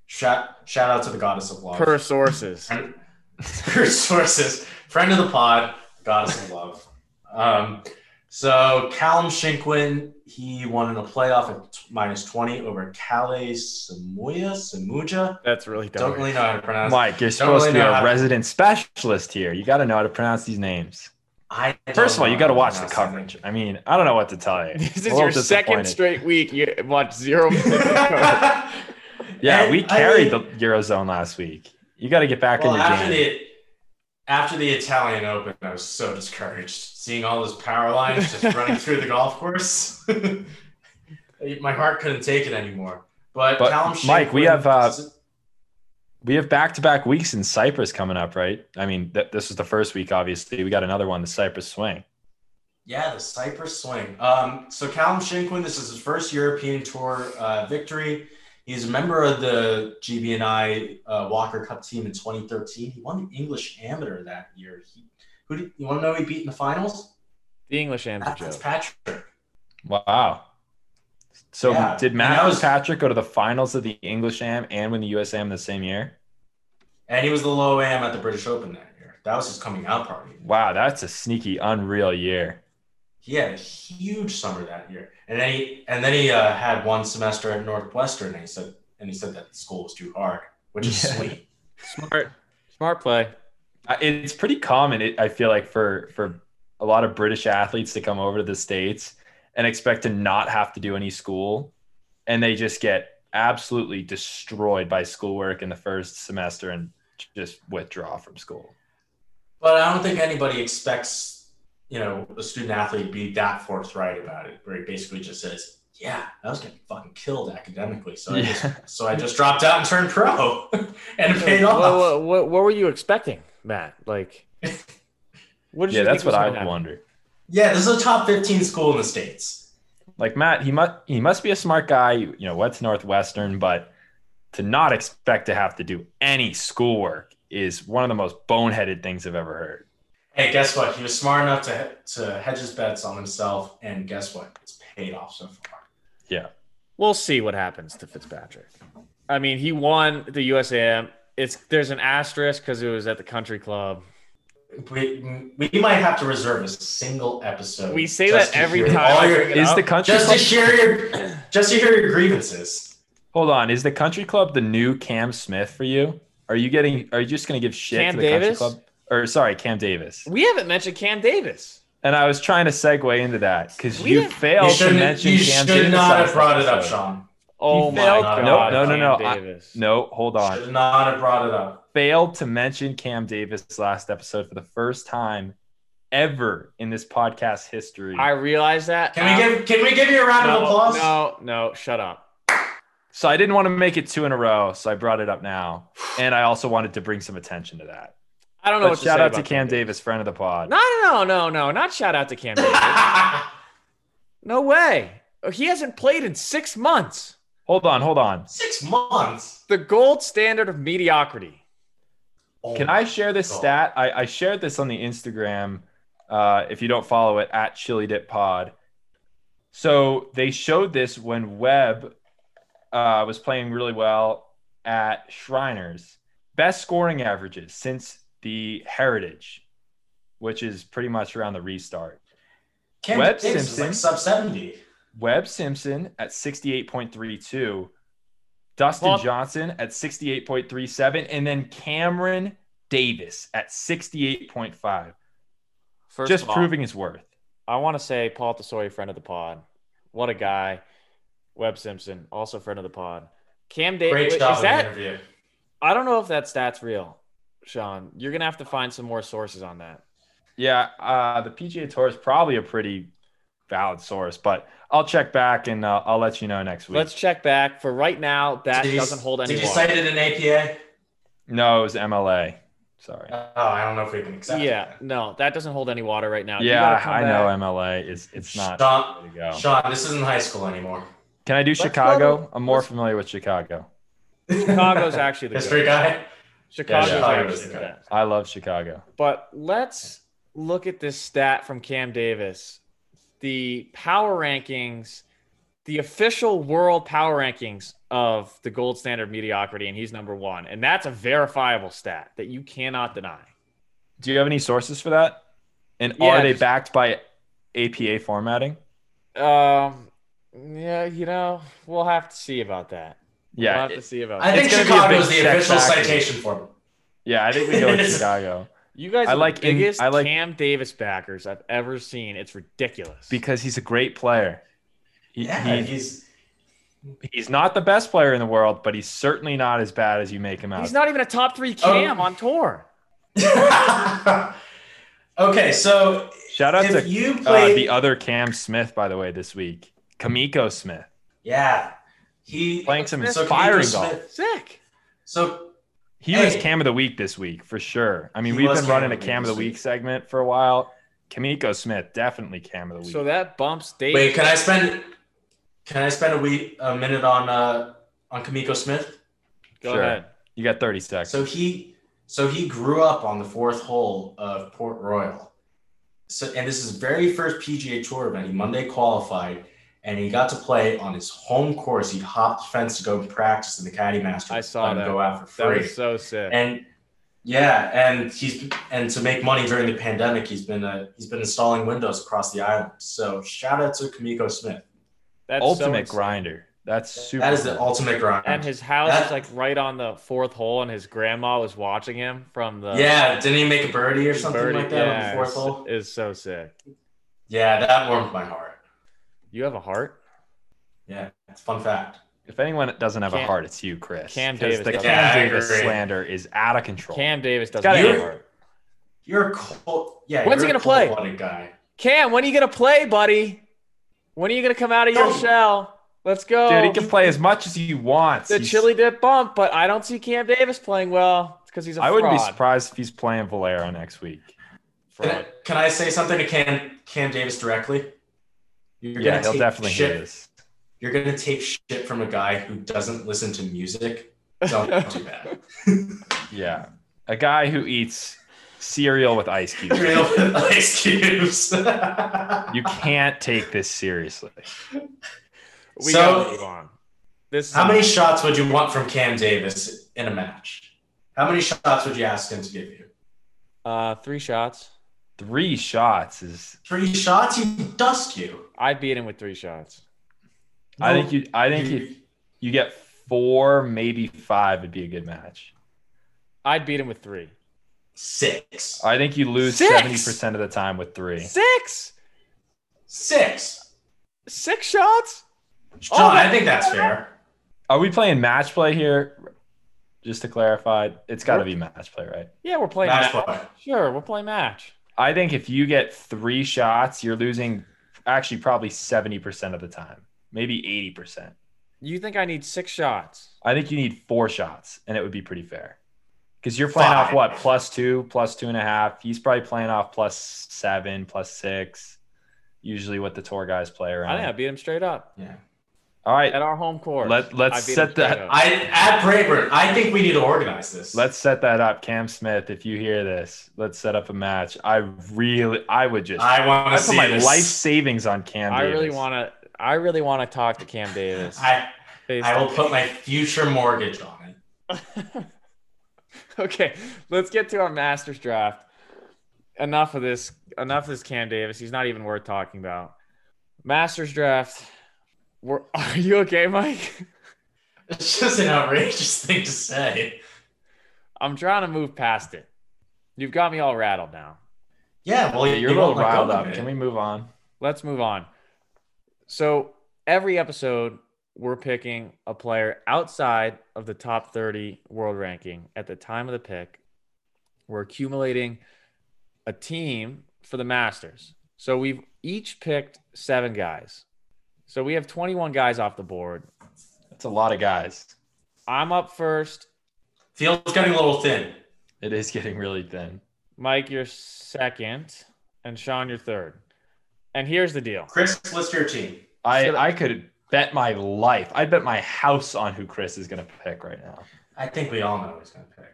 [SPEAKER 5] shout shout out to the goddess of love,
[SPEAKER 2] per sources.
[SPEAKER 5] Friend- her sources, friend of the pod, goddess of love. Um, So Callum Shinkwin, he won in a playoff at t- minus 20 over Calais Samuja. Samuja?
[SPEAKER 2] That's really
[SPEAKER 5] Don't
[SPEAKER 2] dumb.
[SPEAKER 5] really know how to pronounce it.
[SPEAKER 7] Mike, you're supposed
[SPEAKER 5] really
[SPEAKER 7] to be
[SPEAKER 5] know how
[SPEAKER 7] a
[SPEAKER 5] to-
[SPEAKER 7] resident specialist here. You got to know how to pronounce these names.
[SPEAKER 5] I don't
[SPEAKER 7] First of all,
[SPEAKER 5] know
[SPEAKER 7] you got to
[SPEAKER 5] how
[SPEAKER 7] watch the
[SPEAKER 5] pronounce that
[SPEAKER 7] coverage. I mean, I don't know what to tell you.
[SPEAKER 2] This is
[SPEAKER 7] A little
[SPEAKER 2] your second
[SPEAKER 7] disappointed.
[SPEAKER 2] straight week you watch zero.
[SPEAKER 5] name.
[SPEAKER 7] Yeah,
[SPEAKER 5] And
[SPEAKER 7] we
[SPEAKER 5] I
[SPEAKER 7] carried
[SPEAKER 5] mean-
[SPEAKER 7] the Eurozone last week. You got to get back
[SPEAKER 5] Well,
[SPEAKER 7] in the
[SPEAKER 5] after
[SPEAKER 7] game.
[SPEAKER 5] the after the Italian Open, I was so discouraged seeing all those power lines just running through the golf course. My heart couldn't take it anymore. But,
[SPEAKER 7] But,
[SPEAKER 5] Callum
[SPEAKER 7] Mike, we
[SPEAKER 5] Shanklin-
[SPEAKER 7] have, uh, we have back-to-back weeks in Cyprus coming up, right? I mean, th- this is the first week, obviously. We got another one, the Cyprus swing.
[SPEAKER 5] Yeah, the Cyprus swing. Um, so Callum Shinkwin, this is his first European Tour uh, victory. He's a member of the GBNI uh, Walker Cup team in 2013. He won the English Amateur that year. He, who did, you want to know who he beat in the finals?
[SPEAKER 2] the English answer
[SPEAKER 5] Matt
[SPEAKER 2] joke.
[SPEAKER 5] Fitzpatrick.
[SPEAKER 7] Wow. So
[SPEAKER 5] Yeah,
[SPEAKER 7] did
[SPEAKER 5] and
[SPEAKER 7] Matt
[SPEAKER 5] that was-
[SPEAKER 7] Patrick go to the finals of the English Am and win the US Am the same year?
[SPEAKER 5] And he was the low am at the British Open that year. That was his coming out party.
[SPEAKER 7] Wow, that's a sneaky, unreal year.
[SPEAKER 5] He had a huge summer that year. And then he and then he uh, had one semester at Northwestern and he said and he said that school was too hard, which is
[SPEAKER 7] Yeah.
[SPEAKER 5] sweet.
[SPEAKER 2] Smart, smart play.
[SPEAKER 7] I- It's pretty common, it- I feel like, for for a lot of British athletes to come over to the states and expect to not have to do any school, and they just get absolutely destroyed by schoolwork in the first semester and just withdraw from school.
[SPEAKER 5] But I don't think anybody expects, you know, a student athlete to be that forthright about it, where he basically just says, "Yeah, I was getting fucking killed academically, so I just,
[SPEAKER 7] Yeah.
[SPEAKER 5] so I just dropped out and turned pro, and it paid
[SPEAKER 2] What,
[SPEAKER 5] off."
[SPEAKER 2] what, what, what were you expecting, Matt? Like, what did
[SPEAKER 7] Yeah,
[SPEAKER 2] you
[SPEAKER 7] that's what
[SPEAKER 2] think was
[SPEAKER 7] I
[SPEAKER 2] gonna
[SPEAKER 7] would
[SPEAKER 2] happen?
[SPEAKER 7] wonder.
[SPEAKER 5] Yeah, this is a top fifteen school in the states.
[SPEAKER 7] like Matt, he must he must be a smart guy. You know, what's Northwestern, but to not expect to have to do any schoolwork is one of the most boneheaded things I've ever heard.
[SPEAKER 5] Hey, guess what? He was smart enough to to hedge his bets on himself, and guess what? It's paid off so far.
[SPEAKER 2] We'll see what happens to Fitzpatrick. I mean, he won the USAM. It's there's an asterisk because it was at the country club.
[SPEAKER 5] We we might have to reserve a single episode.
[SPEAKER 2] We say
[SPEAKER 5] just
[SPEAKER 2] that
[SPEAKER 5] to
[SPEAKER 2] every
[SPEAKER 5] hear
[SPEAKER 2] time
[SPEAKER 5] all
[SPEAKER 2] I
[SPEAKER 5] your-
[SPEAKER 2] bring it
[SPEAKER 7] Is
[SPEAKER 2] up.
[SPEAKER 7] the country
[SPEAKER 5] just to
[SPEAKER 7] club,
[SPEAKER 5] share your just to hear your grievances.
[SPEAKER 7] hold on? Is the country club the new Cam Smith for you? Are you getting? Are you just gonna give shit
[SPEAKER 2] Cam
[SPEAKER 7] to the
[SPEAKER 2] Davis?
[SPEAKER 7] country club? Or sorry, Cam Davis.
[SPEAKER 2] we haven't mentioned Cam Davis.
[SPEAKER 7] And I was trying to segue into that because
[SPEAKER 2] We
[SPEAKER 7] you
[SPEAKER 2] didn't-
[SPEAKER 7] failed
[SPEAKER 5] you
[SPEAKER 7] to
[SPEAKER 5] shouldn't-
[SPEAKER 7] mention
[SPEAKER 5] you
[SPEAKER 7] Cam
[SPEAKER 5] should
[SPEAKER 7] Davis.
[SPEAKER 5] not have
[SPEAKER 7] last
[SPEAKER 5] brought it up,
[SPEAKER 7] episode.
[SPEAKER 5] Sean.
[SPEAKER 2] Oh
[SPEAKER 7] He
[SPEAKER 2] my
[SPEAKER 7] failed.
[SPEAKER 2] god!
[SPEAKER 5] No, no,
[SPEAKER 7] no,
[SPEAKER 2] Cam
[SPEAKER 7] no, I-
[SPEAKER 2] Davis.
[SPEAKER 7] No, hold on.
[SPEAKER 5] Should not have brought it up.
[SPEAKER 7] failed to mention Cam Davis last episode for the first time ever in this podcast history.
[SPEAKER 2] I realize that.
[SPEAKER 5] Can we give Can we give you a round of
[SPEAKER 2] no,
[SPEAKER 5] applause?
[SPEAKER 2] No, no, shut up.
[SPEAKER 7] so I didn't want to make it two in a row, so I brought it up now, and I also wanted to bring some attention to that.
[SPEAKER 2] I don't know
[SPEAKER 7] But
[SPEAKER 2] what to
[SPEAKER 7] shout
[SPEAKER 2] say
[SPEAKER 7] out to
[SPEAKER 2] about
[SPEAKER 7] Cam Davis, friend of the pod.
[SPEAKER 2] No, no, no, no, no, not shout out to Cam Davis. no way. He hasn't played in six months.
[SPEAKER 7] Hold on, hold on.
[SPEAKER 5] Six months.
[SPEAKER 2] The gold standard of mediocrity.
[SPEAKER 5] Oh
[SPEAKER 7] Can
[SPEAKER 5] my
[SPEAKER 7] I share this
[SPEAKER 5] God.
[SPEAKER 7] stat? I, I shared this on the Instagram. Uh, if you don't follow it, at Chili Dip Pod. So they showed this when Webb uh, was playing really well at Shriners. Best scoring averages since the Heritage, which is pretty much around the restart.
[SPEAKER 5] Cam
[SPEAKER 7] Webb
[SPEAKER 5] Davis is
[SPEAKER 7] Simpson?
[SPEAKER 5] like sub seventy.
[SPEAKER 7] Webb Simpson at 68.32, Dustin
[SPEAKER 2] Well-
[SPEAKER 7] Johnson at 68.37, and then Cameron Davis at 68.5.
[SPEAKER 2] First
[SPEAKER 7] just
[SPEAKER 2] of all,
[SPEAKER 7] proving his worth.
[SPEAKER 2] I want to say Paul Tesori, friend of the pod. What a guy. Webb Simpson, also friend of the pod. Cam
[SPEAKER 5] Great
[SPEAKER 2] Davis. Is
[SPEAKER 5] job on
[SPEAKER 2] that?
[SPEAKER 5] the interview.
[SPEAKER 2] I don't know if that stat's real, Sean. You're gonna have to find some more sources on that.
[SPEAKER 7] Yeah, uh, the PGA Tour is probably a pretty valid source, but I'll check back and uh, I'll let you know next week.
[SPEAKER 2] Let's check back. For right now, that
[SPEAKER 5] Did you-
[SPEAKER 2] doesn't hold any
[SPEAKER 5] Did you
[SPEAKER 2] water.
[SPEAKER 5] cite it in APA?
[SPEAKER 7] no, it was MLA. Sorry.
[SPEAKER 2] Uh,
[SPEAKER 5] Oh, I don't know if we can accept.
[SPEAKER 2] yeah, no, that doesn't hold any water right now. You
[SPEAKER 7] yeah,
[SPEAKER 2] gotta come
[SPEAKER 7] I know
[SPEAKER 2] back.
[SPEAKER 7] MLA is it's not.
[SPEAKER 5] Sean,
[SPEAKER 7] Way to go.
[SPEAKER 5] Sean, this isn't high school anymore.
[SPEAKER 7] Can I do
[SPEAKER 2] go
[SPEAKER 7] Chicago? I'm more familiar with Chicago.
[SPEAKER 2] Chicago's actually the
[SPEAKER 5] history
[SPEAKER 2] goat.
[SPEAKER 5] guy.
[SPEAKER 2] Chicago's
[SPEAKER 7] Yeah,
[SPEAKER 5] Chicago's
[SPEAKER 2] actually
[SPEAKER 5] the
[SPEAKER 2] the
[SPEAKER 5] goat.
[SPEAKER 2] best.
[SPEAKER 7] I love Chicago.
[SPEAKER 2] But let's look at this stat from Cam Davis. The power rankings, the official world power rankings of the gold standard mediocrity, and he's number one. And that's a verifiable stat that you cannot deny.
[SPEAKER 7] Do you have any sources for that? And
[SPEAKER 2] Yeah,
[SPEAKER 7] are they
[SPEAKER 2] just-
[SPEAKER 7] backed by APA formatting?
[SPEAKER 2] Um, yeah, you know, we'll have to see about that. we'll
[SPEAKER 7] Yeah,
[SPEAKER 2] have to
[SPEAKER 7] it-
[SPEAKER 2] see about.
[SPEAKER 5] I
[SPEAKER 2] that.
[SPEAKER 5] think
[SPEAKER 7] gonna be a
[SPEAKER 5] Chicago
[SPEAKER 7] big
[SPEAKER 5] is the
[SPEAKER 7] check
[SPEAKER 5] official
[SPEAKER 7] back.
[SPEAKER 5] citation for him.
[SPEAKER 7] yeah. I think we go with Chicago
[SPEAKER 2] you guys,
[SPEAKER 7] I
[SPEAKER 2] are
[SPEAKER 7] like
[SPEAKER 2] the
[SPEAKER 7] in-
[SPEAKER 2] biggest
[SPEAKER 7] I like-
[SPEAKER 2] Cam Davis backers I've ever seen. It's ridiculous.
[SPEAKER 7] because he's a great player. He,
[SPEAKER 5] Yeah,
[SPEAKER 7] he-
[SPEAKER 5] he's
[SPEAKER 7] he's not the best player in the world, but he's certainly not as bad as you make him out.
[SPEAKER 2] he's not even a top three Cam
[SPEAKER 5] Oh.
[SPEAKER 2] on tour.
[SPEAKER 5] okay. So
[SPEAKER 7] Shout out
[SPEAKER 5] if
[SPEAKER 7] to
[SPEAKER 5] you
[SPEAKER 7] uh,
[SPEAKER 5] played,
[SPEAKER 7] the other Cam Smith, by the way, this week. Kamiko Smith
[SPEAKER 5] yeah, he
[SPEAKER 7] playing some
[SPEAKER 5] so
[SPEAKER 7] inspiring
[SPEAKER 5] Kamiko
[SPEAKER 7] golf.
[SPEAKER 5] Smith-
[SPEAKER 2] Sick.
[SPEAKER 5] So
[SPEAKER 7] He was
[SPEAKER 5] Hey.
[SPEAKER 7] Cam of the Week this week for sure. I mean,
[SPEAKER 5] He
[SPEAKER 7] we've
[SPEAKER 5] was
[SPEAKER 7] been
[SPEAKER 5] Cam
[SPEAKER 7] running a
[SPEAKER 5] of the Week
[SPEAKER 7] Cam of the
[SPEAKER 5] this
[SPEAKER 7] Week
[SPEAKER 5] week.
[SPEAKER 7] segment for a while. Kamiko Smith, definitely Cam of the Week.
[SPEAKER 2] So that bumps Davis.
[SPEAKER 5] wait, can I spend can I spend a week a minute on uh on Kamiko Smith?
[SPEAKER 2] Go
[SPEAKER 7] Sure.
[SPEAKER 2] ahead.
[SPEAKER 7] you got 30 seconds.
[SPEAKER 5] So he so he grew up on the fourth hole of Port Royal. So and this is his very first PGA Tour event. He Monday qualified, and he got to play on his home course. He hopped the fence to go and practice in the Caddy Masters.
[SPEAKER 2] I saw
[SPEAKER 5] let him
[SPEAKER 2] that.
[SPEAKER 5] Go out for
[SPEAKER 2] That
[SPEAKER 5] free.
[SPEAKER 2] was so sick.
[SPEAKER 5] and yeah, and he's and to make money during the pandemic, he's been uh, he's been installing windows across the island. So shout out to Kamiko Smith.
[SPEAKER 2] That's so
[SPEAKER 7] Ultimate
[SPEAKER 2] insane.
[SPEAKER 7] grinder. That's super.
[SPEAKER 5] that is the
[SPEAKER 7] cool.
[SPEAKER 5] ultimate grind.
[SPEAKER 2] And his house
[SPEAKER 5] That-
[SPEAKER 2] is like right on the fourth hole, and his grandma was watching him from the
[SPEAKER 5] yeah, didn't he make a birdie or something
[SPEAKER 2] uh, birdie-
[SPEAKER 5] like that
[SPEAKER 2] yeah,
[SPEAKER 5] on the fourth
[SPEAKER 2] it's-
[SPEAKER 5] hole?
[SPEAKER 2] It's so sick.
[SPEAKER 5] Yeah, that warmed my heart.
[SPEAKER 2] You have a heart.
[SPEAKER 5] Yeah, it's a fun fact.
[SPEAKER 7] If anyone doesn't have a
[SPEAKER 2] Cam-
[SPEAKER 7] heart, it's you, Chris.
[SPEAKER 2] Cam
[SPEAKER 7] 'Cause
[SPEAKER 2] Davis
[SPEAKER 7] The
[SPEAKER 2] doesn't
[SPEAKER 5] have
[SPEAKER 7] Cam
[SPEAKER 5] a heart.
[SPEAKER 7] Davis
[SPEAKER 5] Yeah, I agree.
[SPEAKER 7] slander is out of control.
[SPEAKER 2] Cam Davis
[SPEAKER 7] He's
[SPEAKER 2] doesn't.
[SPEAKER 7] got
[SPEAKER 2] have
[SPEAKER 7] to
[SPEAKER 5] You-
[SPEAKER 7] have a
[SPEAKER 2] a heart.
[SPEAKER 7] heart.
[SPEAKER 5] You're a cold. Yeah.
[SPEAKER 2] When's
[SPEAKER 5] you're
[SPEAKER 2] he
[SPEAKER 5] a
[SPEAKER 2] gonna play?
[SPEAKER 5] cold-blooded guy.
[SPEAKER 2] Cam, when are you gonna play, buddy? When are you gonna come out of your
[SPEAKER 5] Don't-
[SPEAKER 2] shell? Let's go.
[SPEAKER 7] Dude, he can play as much as he wants.
[SPEAKER 2] the
[SPEAKER 7] He's-
[SPEAKER 2] chili dip bump, but I don't see Cam Davis playing well. It's because he's a
[SPEAKER 7] I wouldn't be
[SPEAKER 2] fraud.
[SPEAKER 7] surprised if he's playing Valero next week.
[SPEAKER 5] Can I, can I say something to Cam Cam Davis directly? You're
[SPEAKER 7] yeah,
[SPEAKER 5] gonna
[SPEAKER 7] he'll
[SPEAKER 5] take
[SPEAKER 7] definitely
[SPEAKER 5] shit.
[SPEAKER 7] hear this.
[SPEAKER 5] You're gonna take shit from a guy who doesn't listen to music. Don't do that.
[SPEAKER 7] Yeah. A guy who eats cereal with ice cubes.
[SPEAKER 5] Real with ice cubes.
[SPEAKER 7] You can't take this seriously.
[SPEAKER 2] We
[SPEAKER 5] So-
[SPEAKER 2] gotta move on. This is
[SPEAKER 5] How many shots would you want from Cam Davis in a match? How many shots would you ask him to give you?
[SPEAKER 2] uh three shots.
[SPEAKER 7] Three shots is.
[SPEAKER 5] Three shots? He dust you.
[SPEAKER 2] I beat him with three shots.
[SPEAKER 7] I think you. I think if you get four, maybe five, it'd be a good match.
[SPEAKER 2] I'd beat him with three.
[SPEAKER 5] six.
[SPEAKER 7] I think you lose
[SPEAKER 2] Six!
[SPEAKER 7] seventy percent of the time with three.
[SPEAKER 2] Six?
[SPEAKER 5] Six.
[SPEAKER 2] Six shots?
[SPEAKER 5] John,
[SPEAKER 2] Oh,
[SPEAKER 5] I think that's fair.
[SPEAKER 7] Are we playing match play here? Just to clarify, it's got to be match play, right?
[SPEAKER 2] Yeah, we're playing
[SPEAKER 5] Match
[SPEAKER 2] match.
[SPEAKER 5] play.
[SPEAKER 2] Sure, we'll play match.
[SPEAKER 7] I think if you get three shots, you're losing actually probably seventy percent of the time, maybe eighty percent.
[SPEAKER 2] You think I need six shots?
[SPEAKER 7] I think you need four shots, and it would be pretty fair. Because you're playing off
[SPEAKER 5] Five.
[SPEAKER 7] what plus two, plus two and a half. He's probably playing off plus seven, plus six. Usually, what the tour guys play
[SPEAKER 2] I
[SPEAKER 7] around.
[SPEAKER 2] think I beat him straight up
[SPEAKER 5] Yeah.
[SPEAKER 7] All
[SPEAKER 2] at
[SPEAKER 7] right,
[SPEAKER 2] our home court.
[SPEAKER 7] Let- let's set that-
[SPEAKER 5] I at Braeburn, I think we need to organize this.
[SPEAKER 7] let's set that up. Cam Smith, if you hear this, let's set up a match. I really, I would just, I,
[SPEAKER 5] I want to
[SPEAKER 7] put
[SPEAKER 5] see
[SPEAKER 7] my
[SPEAKER 5] this.
[SPEAKER 7] life savings on Cam.
[SPEAKER 2] I really
[SPEAKER 7] Davis.
[SPEAKER 2] want to. I really want to talk to Cam Davis.
[SPEAKER 5] I
[SPEAKER 2] Face
[SPEAKER 5] I
[SPEAKER 2] to
[SPEAKER 5] will put my future mortgage on it.
[SPEAKER 2] okay, let's get to our Masters draft. Enough of this. Enough of this Cam Davis. He's not even worth talking about. Masters draft. We're, are you okay, Mike?
[SPEAKER 5] It's just an outrageous thing to say.
[SPEAKER 2] I'm trying to move past it. You've got me all rattled now.
[SPEAKER 5] Yeah, well,
[SPEAKER 7] You're a little riled up. Can we move on?
[SPEAKER 2] Let's move on. So, every episode, we're picking a player outside of the top 30 world ranking at the time of the pick. We're accumulating a team for the Masters. So, we've each picked seven guys. So, we have 21 guys off the board.
[SPEAKER 7] That's a lot of guys.
[SPEAKER 2] I'm up first.
[SPEAKER 5] Field's getting a little thin.
[SPEAKER 7] It is getting really thin.
[SPEAKER 2] Mike, you're second. And Sean, you're third. And here's the deal.
[SPEAKER 5] Chris, list your team.
[SPEAKER 7] I,
[SPEAKER 2] Should
[SPEAKER 7] I could bet my life. I bet my house on who Chris is going to pick right now.
[SPEAKER 5] I think we all know who's gonna pick.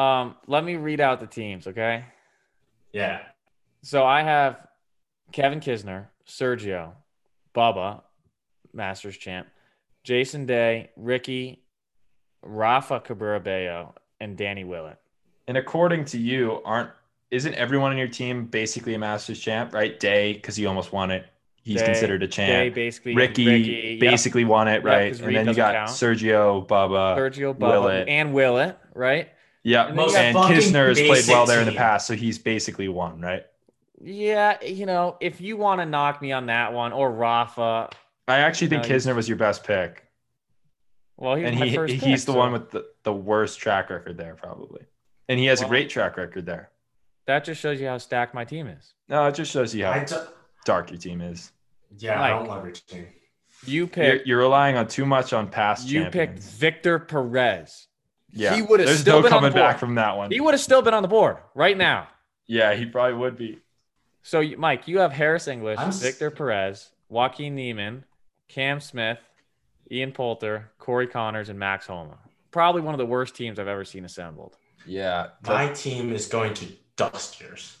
[SPEAKER 2] Um, let me read out the teams, okay?
[SPEAKER 5] Yeah.
[SPEAKER 2] So I have Kevin Kisner, Sergio, Bubba, Masters champ, Jason Day, Ricky, Rafa Cabrera Bello, and Danny Willett.
[SPEAKER 7] And according to you, aren't isn't everyone on your team basically a Masters champ, right? Day, because he almost won it. He's
[SPEAKER 2] Day-
[SPEAKER 7] considered a
[SPEAKER 2] Jay
[SPEAKER 7] champ.
[SPEAKER 2] basically
[SPEAKER 7] Ricky,
[SPEAKER 2] Ricky yep.
[SPEAKER 7] basically won it,
[SPEAKER 2] Yeah,
[SPEAKER 7] right?
[SPEAKER 2] 'cause
[SPEAKER 7] and
[SPEAKER 2] Reed
[SPEAKER 7] then you
[SPEAKER 2] doesn't
[SPEAKER 7] got
[SPEAKER 2] count.
[SPEAKER 7] Sergio, Bubba.
[SPEAKER 2] Sergio
[SPEAKER 7] Willett.
[SPEAKER 2] Bubba and Willett, right?
[SPEAKER 7] yeah.
[SPEAKER 2] then you got
[SPEAKER 7] And
[SPEAKER 5] fucking
[SPEAKER 7] Kistner has played
[SPEAKER 5] basic
[SPEAKER 7] well there in the
[SPEAKER 5] team.
[SPEAKER 7] past, so he's basically won, right?
[SPEAKER 2] Yeah, you know, if you want to knock me on that one or Rafa,
[SPEAKER 7] I actually think
[SPEAKER 2] No, he's-
[SPEAKER 7] Kisner was your best pick.
[SPEAKER 2] well, he was
[SPEAKER 7] and
[SPEAKER 2] my
[SPEAKER 7] he
[SPEAKER 2] first
[SPEAKER 7] he's
[SPEAKER 2] pick,
[SPEAKER 7] the
[SPEAKER 2] so
[SPEAKER 7] one with the, the worst track record there, probably. And he has a
[SPEAKER 2] Well-
[SPEAKER 7] great track record there.
[SPEAKER 2] that just shows you how stacked my team is.
[SPEAKER 7] No, it just shows you how
[SPEAKER 5] I don't,
[SPEAKER 7] dark your team is.
[SPEAKER 5] yeah, I
[SPEAKER 2] Mike.
[SPEAKER 5] don't love your team.
[SPEAKER 2] You
[SPEAKER 7] You're,
[SPEAKER 2] picked
[SPEAKER 7] you're relying on too much on past.
[SPEAKER 2] you picked
[SPEAKER 7] champions.
[SPEAKER 2] Victor Perez.
[SPEAKER 7] Yeah,
[SPEAKER 2] he would've
[SPEAKER 7] There's
[SPEAKER 2] still
[SPEAKER 7] no
[SPEAKER 2] been on
[SPEAKER 7] coming
[SPEAKER 2] the board.
[SPEAKER 7] back from that one.
[SPEAKER 2] He would have still been on the board right now.
[SPEAKER 7] yeah, he probably would be.
[SPEAKER 2] So, you- Mike, you have Harris English,
[SPEAKER 5] I'm s-
[SPEAKER 2] Victor Perez, Joaquin Neiman, Cam Smith, Ian Poulter, Corey Connors, and Max Homa. Probably one of the worst teams I've ever seen assembled.
[SPEAKER 7] Yeah,
[SPEAKER 5] My team is going to dust yours.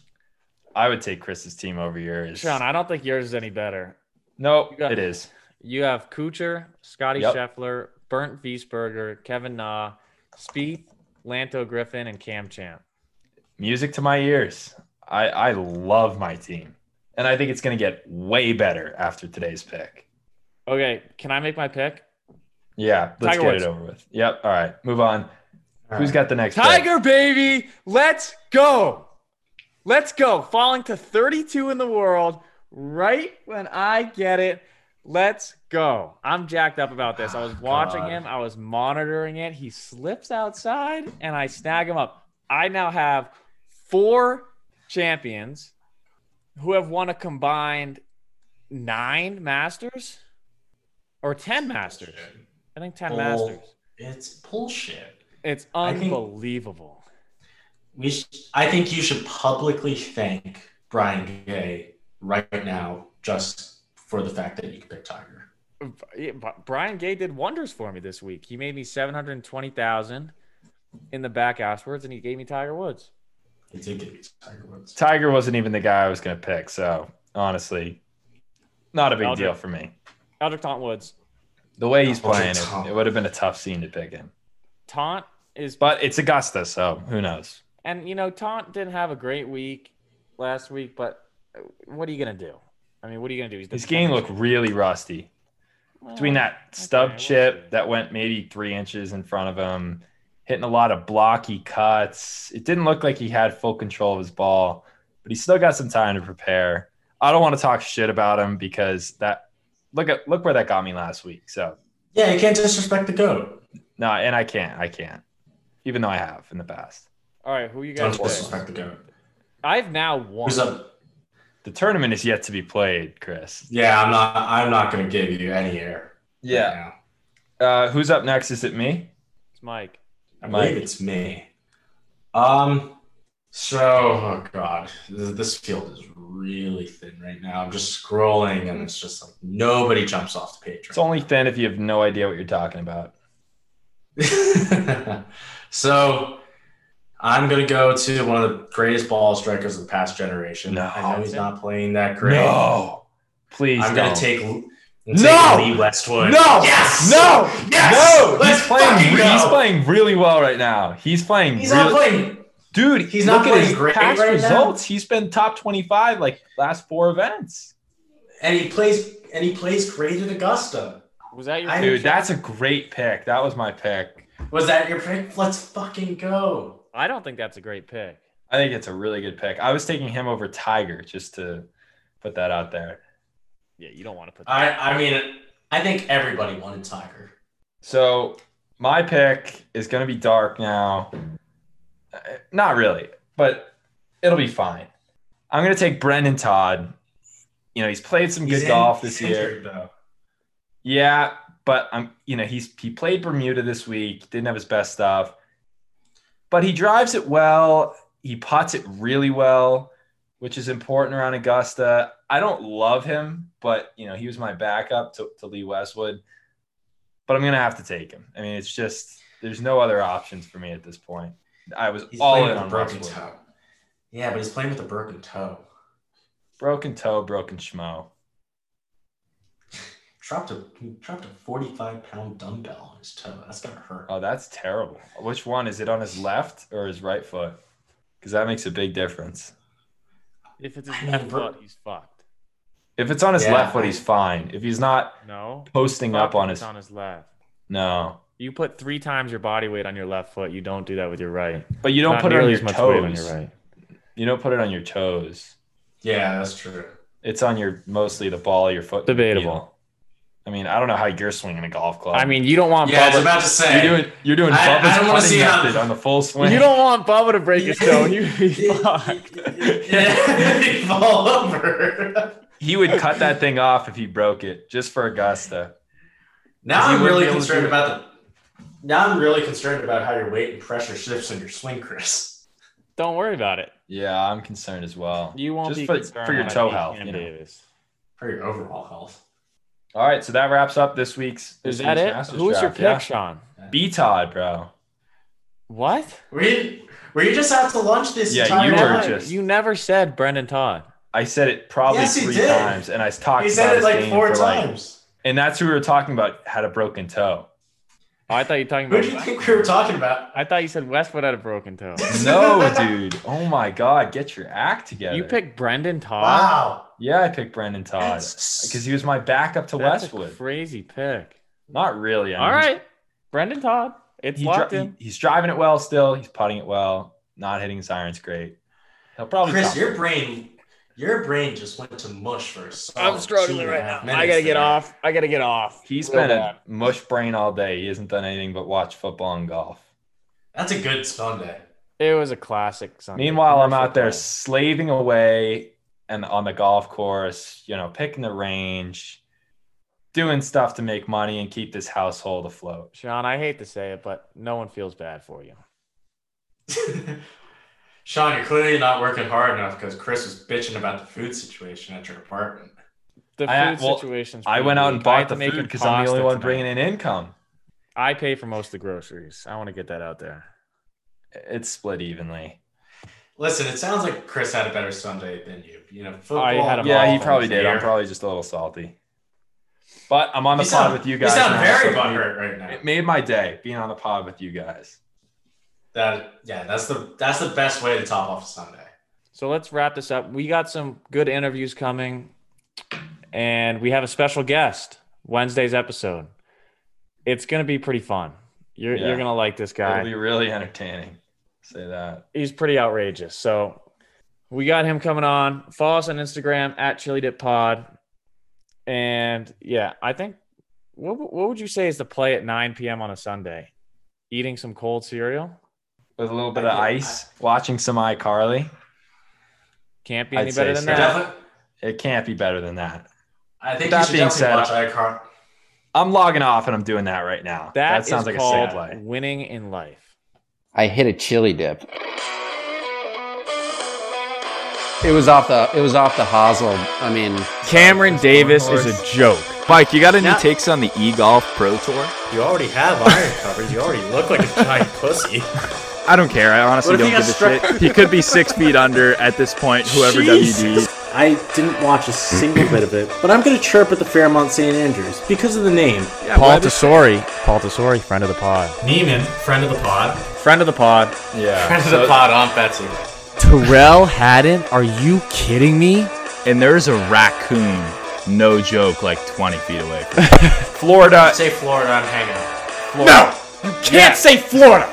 [SPEAKER 7] I would take Chris's team over yours.
[SPEAKER 2] Sean, I don't think yours is any better.
[SPEAKER 7] no,
[SPEAKER 2] got-
[SPEAKER 7] it is.
[SPEAKER 2] You have Kucher, Scotty
[SPEAKER 7] Yep.
[SPEAKER 2] Scheffler, Bernd Wiesberger, Kevin Na, Spieth, Lanto Griffin, and Cam Champ.
[SPEAKER 7] Music to my ears. I I love my team, and I think it's gonna get way better after today's pick.
[SPEAKER 2] Okay, can I make my pick?
[SPEAKER 7] Yeah, let's
[SPEAKER 2] Tiger
[SPEAKER 7] get
[SPEAKER 2] Woods.
[SPEAKER 7] it over with. Yep. All right, move on.
[SPEAKER 5] All
[SPEAKER 7] Who's
[SPEAKER 5] right.
[SPEAKER 7] got the next? pick?
[SPEAKER 2] Tiger, baby, let's go. Let's go. Falling to 32 in the world right when I get it. Let's go. I'm jacked up about this. I was watching
[SPEAKER 5] God.
[SPEAKER 2] him, I was monitoring it. He slips outside and I snag him up. I now have four champions who have won a combined nine masters or 10 masters. I think 10
[SPEAKER 5] Oh.
[SPEAKER 2] masters.
[SPEAKER 5] It's bullshit.
[SPEAKER 2] It's
[SPEAKER 5] I think-
[SPEAKER 2] unbelievable.
[SPEAKER 5] We sh- I think you should publicly thank Brian Gay right now just for the fact that you could pick Tiger.
[SPEAKER 2] Yeah, Bri- Brian Gay did wonders for me this week. He made me seven hundred twenty thousand in the back afterwards, and he gave me Tiger Woods.
[SPEAKER 5] He did give you Tiger Woods.
[SPEAKER 7] Tiger wasn't even the guy I was going to pick. So honestly, not a big
[SPEAKER 2] Eldrick.
[SPEAKER 7] deal for me.
[SPEAKER 2] Eldrick Taunt Woods.
[SPEAKER 7] The way he's
[SPEAKER 5] Oh, it's
[SPEAKER 7] playing,
[SPEAKER 5] tough.
[SPEAKER 7] it, it would have been a tough scene to pick him.
[SPEAKER 2] Taunt is,
[SPEAKER 7] But it's Augusta, so who knows?
[SPEAKER 2] and you know, Taunt didn't have a great week last week, but uh, what are you gonna do? I mean, what are you gonna do? He's the
[SPEAKER 7] His game looked really rusty.
[SPEAKER 2] Well,
[SPEAKER 7] Between that stub
[SPEAKER 2] Oh, we'll see.
[SPEAKER 7] chip that went maybe three inches in front of him, hitting a lot of blocky cuts, it didn't look like he had full control of his ball, but he still got some time to prepare. I don't want to talk shit about him because that look at look where that got me last week. So
[SPEAKER 5] Yeah, you can't disrespect the GOAT.
[SPEAKER 7] No, and I can't. I can't. Even though I have in the past.
[SPEAKER 2] All right, who you guys?
[SPEAKER 5] Don't
[SPEAKER 2] pick?
[SPEAKER 5] disrespect the GOAT.
[SPEAKER 2] I've now won.
[SPEAKER 5] Who's up?
[SPEAKER 7] The tournament is yet to be played, Chris.
[SPEAKER 5] Yeah, I'm not. I'm not going to give you any air. right
[SPEAKER 7] Uh, who's up next? Is it me?
[SPEAKER 2] It's Mike.
[SPEAKER 5] now. I believe
[SPEAKER 7] Mike.
[SPEAKER 5] it's me. Um. So, oh god, this, this field is really thin right now. I'm just scrolling, and it's just like nobody jumps off the page.
[SPEAKER 7] It's
[SPEAKER 5] right
[SPEAKER 7] only thin if you have no idea what you're talking about.
[SPEAKER 5] so I'm gonna go to one of the greatest ball strikers of the past generation.
[SPEAKER 7] No.
[SPEAKER 5] I know he's not playing that great.
[SPEAKER 7] No. Please
[SPEAKER 5] I'm
[SPEAKER 7] don't.
[SPEAKER 5] gonna take, I'm gonna
[SPEAKER 7] No!
[SPEAKER 5] take Lee Westwood.
[SPEAKER 7] No!
[SPEAKER 5] Yes!
[SPEAKER 7] No!
[SPEAKER 5] Yes!
[SPEAKER 7] No!
[SPEAKER 5] Let's
[SPEAKER 7] he's playing
[SPEAKER 5] fucking go!
[SPEAKER 7] he's playing really well right now. He's playing
[SPEAKER 5] He's
[SPEAKER 7] really,
[SPEAKER 5] not playing.
[SPEAKER 7] Dude,
[SPEAKER 5] He's
[SPEAKER 7] look
[SPEAKER 5] not
[SPEAKER 7] at his
[SPEAKER 5] playing great
[SPEAKER 7] past
[SPEAKER 5] right now.
[SPEAKER 7] results. He's been top 25 like last four events.
[SPEAKER 5] And he plays and he plays great at Augusta.
[SPEAKER 2] Was that your?
[SPEAKER 5] I-
[SPEAKER 7] Dude, that's a great pick. That was my pick.
[SPEAKER 5] Was that your pick? Let's fucking go.
[SPEAKER 2] I don't think that's a great pick.
[SPEAKER 7] I think it's a really good pick. I was taking him over Tiger just to put that out there.
[SPEAKER 2] Yeah, you don't want to put.
[SPEAKER 5] I I mean I think everybody wanted Tiger.
[SPEAKER 7] So my pick is going to be dark now. Uh, Not really, but it'll be fine. I'm going to take Brendan Todd. You know, he's played some
[SPEAKER 5] He's
[SPEAKER 7] good
[SPEAKER 5] in-
[SPEAKER 7] golf this
[SPEAKER 5] he's
[SPEAKER 7] year.
[SPEAKER 5] injured, though.
[SPEAKER 7] Yeah, but I'm you know, he's he played Bermuda this week, didn't have his best stuff. But he drives it well, he puts it really well, which is important around Augusta. I don't love him, but you know, he was my backup to, to Lee Westwood. But I'm gonna have to take him. I mean, it's just there's no other options for me at this point. I was
[SPEAKER 5] He's
[SPEAKER 7] all
[SPEAKER 5] playing
[SPEAKER 7] in
[SPEAKER 5] with a
[SPEAKER 7] on
[SPEAKER 5] broken
[SPEAKER 7] Westwood.
[SPEAKER 5] toe. Yeah, but he's playing with a broken toe.
[SPEAKER 7] Broken toe, broken schmo.
[SPEAKER 5] dropped a he dropped a 45 pound dumbbell on his toe. That's gonna hurt.
[SPEAKER 7] Oh, that's terrible. Which one is it on his left or his right foot? because that makes a big difference.
[SPEAKER 2] If it's
[SPEAKER 5] I
[SPEAKER 2] his left
[SPEAKER 5] never-
[SPEAKER 2] foot, he's fucked.
[SPEAKER 7] If it's on his
[SPEAKER 5] Yeah.
[SPEAKER 7] left foot, he's fine. If he's not
[SPEAKER 2] No.
[SPEAKER 7] posting up
[SPEAKER 2] Fuck,
[SPEAKER 7] on
[SPEAKER 2] it's
[SPEAKER 7] his
[SPEAKER 2] on his left.
[SPEAKER 7] no,
[SPEAKER 2] You put three times your body weight on your left foot. You don't do that with your right.
[SPEAKER 7] but you don't
[SPEAKER 2] Not
[SPEAKER 7] put it on
[SPEAKER 2] nearly
[SPEAKER 7] your
[SPEAKER 2] as much weight
[SPEAKER 7] toes.
[SPEAKER 2] on your right.
[SPEAKER 7] You don't put it on your toes.
[SPEAKER 5] Yeah, that's true.
[SPEAKER 7] It's on your mostly the ball of your foot.
[SPEAKER 2] Debatable.
[SPEAKER 7] You know. I mean, I don't know how you're swinging a golf club.
[SPEAKER 2] I mean, you don't want
[SPEAKER 5] Yeah, I was
[SPEAKER 2] Bubba.
[SPEAKER 5] about to say.
[SPEAKER 7] you're doing you're doing
[SPEAKER 5] I- I
[SPEAKER 7] Bubba's
[SPEAKER 5] don't wanna
[SPEAKER 7] putting
[SPEAKER 5] see how-
[SPEAKER 7] method on the full swing.
[SPEAKER 2] you don't want Bubba to break his toe. You'd be fucked.
[SPEAKER 5] yeah, they fall over.
[SPEAKER 7] He would cut that thing off if he broke it just for Augusta.
[SPEAKER 5] Now
[SPEAKER 7] You wouldn't
[SPEAKER 5] I'm
[SPEAKER 7] be
[SPEAKER 5] really
[SPEAKER 7] able to
[SPEAKER 5] concerned
[SPEAKER 7] do it.
[SPEAKER 5] about the. Now I'm really concerned about how your weight and pressure shifts on your swing, Chris.
[SPEAKER 2] Don't worry about it.
[SPEAKER 7] Yeah, I'm concerned as well.
[SPEAKER 2] You won't
[SPEAKER 7] just
[SPEAKER 2] be
[SPEAKER 7] for,
[SPEAKER 2] concerned
[SPEAKER 7] for your
[SPEAKER 2] when I
[SPEAKER 7] toe
[SPEAKER 2] beat
[SPEAKER 7] health.
[SPEAKER 2] Cam
[SPEAKER 7] you know.
[SPEAKER 2] Davis.
[SPEAKER 5] For your overall health.
[SPEAKER 7] All right, so that wraps up this week's. this
[SPEAKER 2] Is that
[SPEAKER 7] week's
[SPEAKER 2] it?
[SPEAKER 7] Masters
[SPEAKER 2] Who's your
[SPEAKER 7] draft,
[SPEAKER 2] pick,
[SPEAKER 7] yeah.
[SPEAKER 2] Sean?
[SPEAKER 7] B Todd, bro.
[SPEAKER 2] What?
[SPEAKER 5] Were you were you just out to lunch this
[SPEAKER 7] Yeah,
[SPEAKER 5] entire
[SPEAKER 7] you were
[SPEAKER 5] time?
[SPEAKER 2] Never-
[SPEAKER 7] just-
[SPEAKER 2] you never said Brendan Todd.
[SPEAKER 7] I said it probably
[SPEAKER 5] Yes, he
[SPEAKER 7] three
[SPEAKER 5] did.
[SPEAKER 7] times, and I talked
[SPEAKER 5] He
[SPEAKER 7] about
[SPEAKER 5] said it
[SPEAKER 7] his
[SPEAKER 5] like
[SPEAKER 7] game
[SPEAKER 5] four
[SPEAKER 7] for, like-
[SPEAKER 5] times.
[SPEAKER 7] and that's who we were talking about had a broken toe.
[SPEAKER 2] Oh, I thought you were talking
[SPEAKER 5] Who
[SPEAKER 2] about.
[SPEAKER 5] do you think we were talking about?
[SPEAKER 2] I thought you said Westwood had a broken toe.
[SPEAKER 7] No, dude. Oh my God, get your act together.
[SPEAKER 2] You picked Brendan Todd.
[SPEAKER 5] Wow.
[SPEAKER 7] Yeah, I picked Brendan Todd because
[SPEAKER 5] Because
[SPEAKER 7] he was my backup to
[SPEAKER 2] That's a
[SPEAKER 7] Westwood.
[SPEAKER 2] crazy pick.
[SPEAKER 7] Not really. I
[SPEAKER 2] All
[SPEAKER 7] mean,
[SPEAKER 2] right, Brendan Todd. It's
[SPEAKER 7] he dri-
[SPEAKER 2] locked
[SPEAKER 7] he-
[SPEAKER 2] in.
[SPEAKER 7] he's driving it well still. He's putting it well. Not hitting his irons great. He'll probably.
[SPEAKER 5] Oh, Chris,
[SPEAKER 7] top-
[SPEAKER 5] your brain, your brain just went to mush for a solid
[SPEAKER 7] Oh,
[SPEAKER 5] two and a half minutes there.
[SPEAKER 2] I gotta get off.
[SPEAKER 7] He's
[SPEAKER 2] Real
[SPEAKER 7] been
[SPEAKER 2] bad.
[SPEAKER 7] a mush brain all day. He hasn't done anything but watch football and golf.
[SPEAKER 5] That's a good Sunday.
[SPEAKER 2] It was a classic. Sunday.
[SPEAKER 7] Meanwhile, I'm out there
[SPEAKER 2] Commercial
[SPEAKER 7] slaving away and on the golf course, you know, picking the range, doing stuff to make money and keep this household afloat.
[SPEAKER 2] call. Sean, I hate to say it, but no one feels bad for you.
[SPEAKER 5] Sean, you're clearly not working hard enough because Chris was bitching about the food situation at your apartment.
[SPEAKER 2] The food
[SPEAKER 7] I- well,
[SPEAKER 2] situation's.
[SPEAKER 7] I
[SPEAKER 2] pretty
[SPEAKER 7] went out
[SPEAKER 2] bleak.
[SPEAKER 7] and
[SPEAKER 2] I had
[SPEAKER 7] bought
[SPEAKER 2] to
[SPEAKER 7] the
[SPEAKER 2] make
[SPEAKER 7] food
[SPEAKER 2] a
[SPEAKER 7] because I'm the
[SPEAKER 2] pasta
[SPEAKER 7] only one
[SPEAKER 2] tonight.
[SPEAKER 7] bringing in income.
[SPEAKER 2] I pay for most of the groceries. I want to get that out there.
[SPEAKER 7] It's split evenly.
[SPEAKER 5] Listen, it sounds like Chris had a better Sunday than you. You know, football.
[SPEAKER 2] I had a I'm
[SPEAKER 7] Yeah,
[SPEAKER 2] all
[SPEAKER 7] he probably
[SPEAKER 5] things
[SPEAKER 7] did. I'm
[SPEAKER 5] here.
[SPEAKER 7] probably just a little salty. But I'm on the
[SPEAKER 5] You
[SPEAKER 7] pod
[SPEAKER 5] sound-
[SPEAKER 7] with you guys.
[SPEAKER 5] You sound
[SPEAKER 7] now, so
[SPEAKER 5] very
[SPEAKER 7] it made-
[SPEAKER 5] butthurt right now.
[SPEAKER 7] It made my day being on the pod with you guys.
[SPEAKER 5] That yeah, that's the that's the best way to top off a Sunday.
[SPEAKER 2] So let's wrap this up. We got some good interviews coming, and we have a special guest Wednesday's episode. It's gonna be pretty fun. You're
[SPEAKER 7] Yeah.
[SPEAKER 2] you're gonna like this guy.
[SPEAKER 7] It'll be really entertaining. Say that.
[SPEAKER 2] he's pretty outrageous. So we got him coming on. Follow us on Instagram at Chili Dip Pod. And yeah, I think what what would you say is the play at 9 p.m. on a Sunday? Eating some cold cereal
[SPEAKER 7] with a little bit
[SPEAKER 5] I
[SPEAKER 7] of
[SPEAKER 5] get-
[SPEAKER 7] ice, watching some iCarly.
[SPEAKER 2] can't be any
[SPEAKER 7] I'd say
[SPEAKER 2] better than
[SPEAKER 7] so.
[SPEAKER 2] that.
[SPEAKER 5] Definitely-
[SPEAKER 7] It can't be better than that.
[SPEAKER 5] I think
[SPEAKER 7] That
[SPEAKER 5] you should
[SPEAKER 7] being
[SPEAKER 5] definitely
[SPEAKER 7] said,
[SPEAKER 5] watch iCar.
[SPEAKER 7] I'm logging off and I'm doing that right now.
[SPEAKER 2] That,
[SPEAKER 7] sounds
[SPEAKER 2] is
[SPEAKER 7] like a
[SPEAKER 2] called
[SPEAKER 7] sick play.
[SPEAKER 2] winning in life.
[SPEAKER 1] I hit a chili dip. It was off the it was off the hosel. I mean
[SPEAKER 6] Cameron Davis is a joke.
[SPEAKER 3] Mike, you got any
[SPEAKER 4] Now-
[SPEAKER 3] takes on the e-golf pro tour?
[SPEAKER 4] You already have iron covers. You already look like a giant pussy.
[SPEAKER 3] I don't care. I honestly
[SPEAKER 4] What if
[SPEAKER 3] don't
[SPEAKER 4] he
[SPEAKER 3] give a
[SPEAKER 4] got
[SPEAKER 3] shit. He could be six feet under at this point. Whoever WD.
[SPEAKER 4] I didn't watch a single bit of it, but I'm gonna chirp at the Fairmont St. Andrews because of the name.
[SPEAKER 6] Paul Tesori. Paul Tesori, friend of the pod.
[SPEAKER 4] Neiman, friend of the pod.
[SPEAKER 6] Friend of the pod.
[SPEAKER 7] Yeah.
[SPEAKER 4] of the pod, on Betsy.
[SPEAKER 6] Terrell Haddon, are you kidding me?
[SPEAKER 3] And there's a raccoon, no joke, like 20 feet away. From Florida.
[SPEAKER 5] Say Florida, I'm hanging out.
[SPEAKER 3] No, you can't say Florida.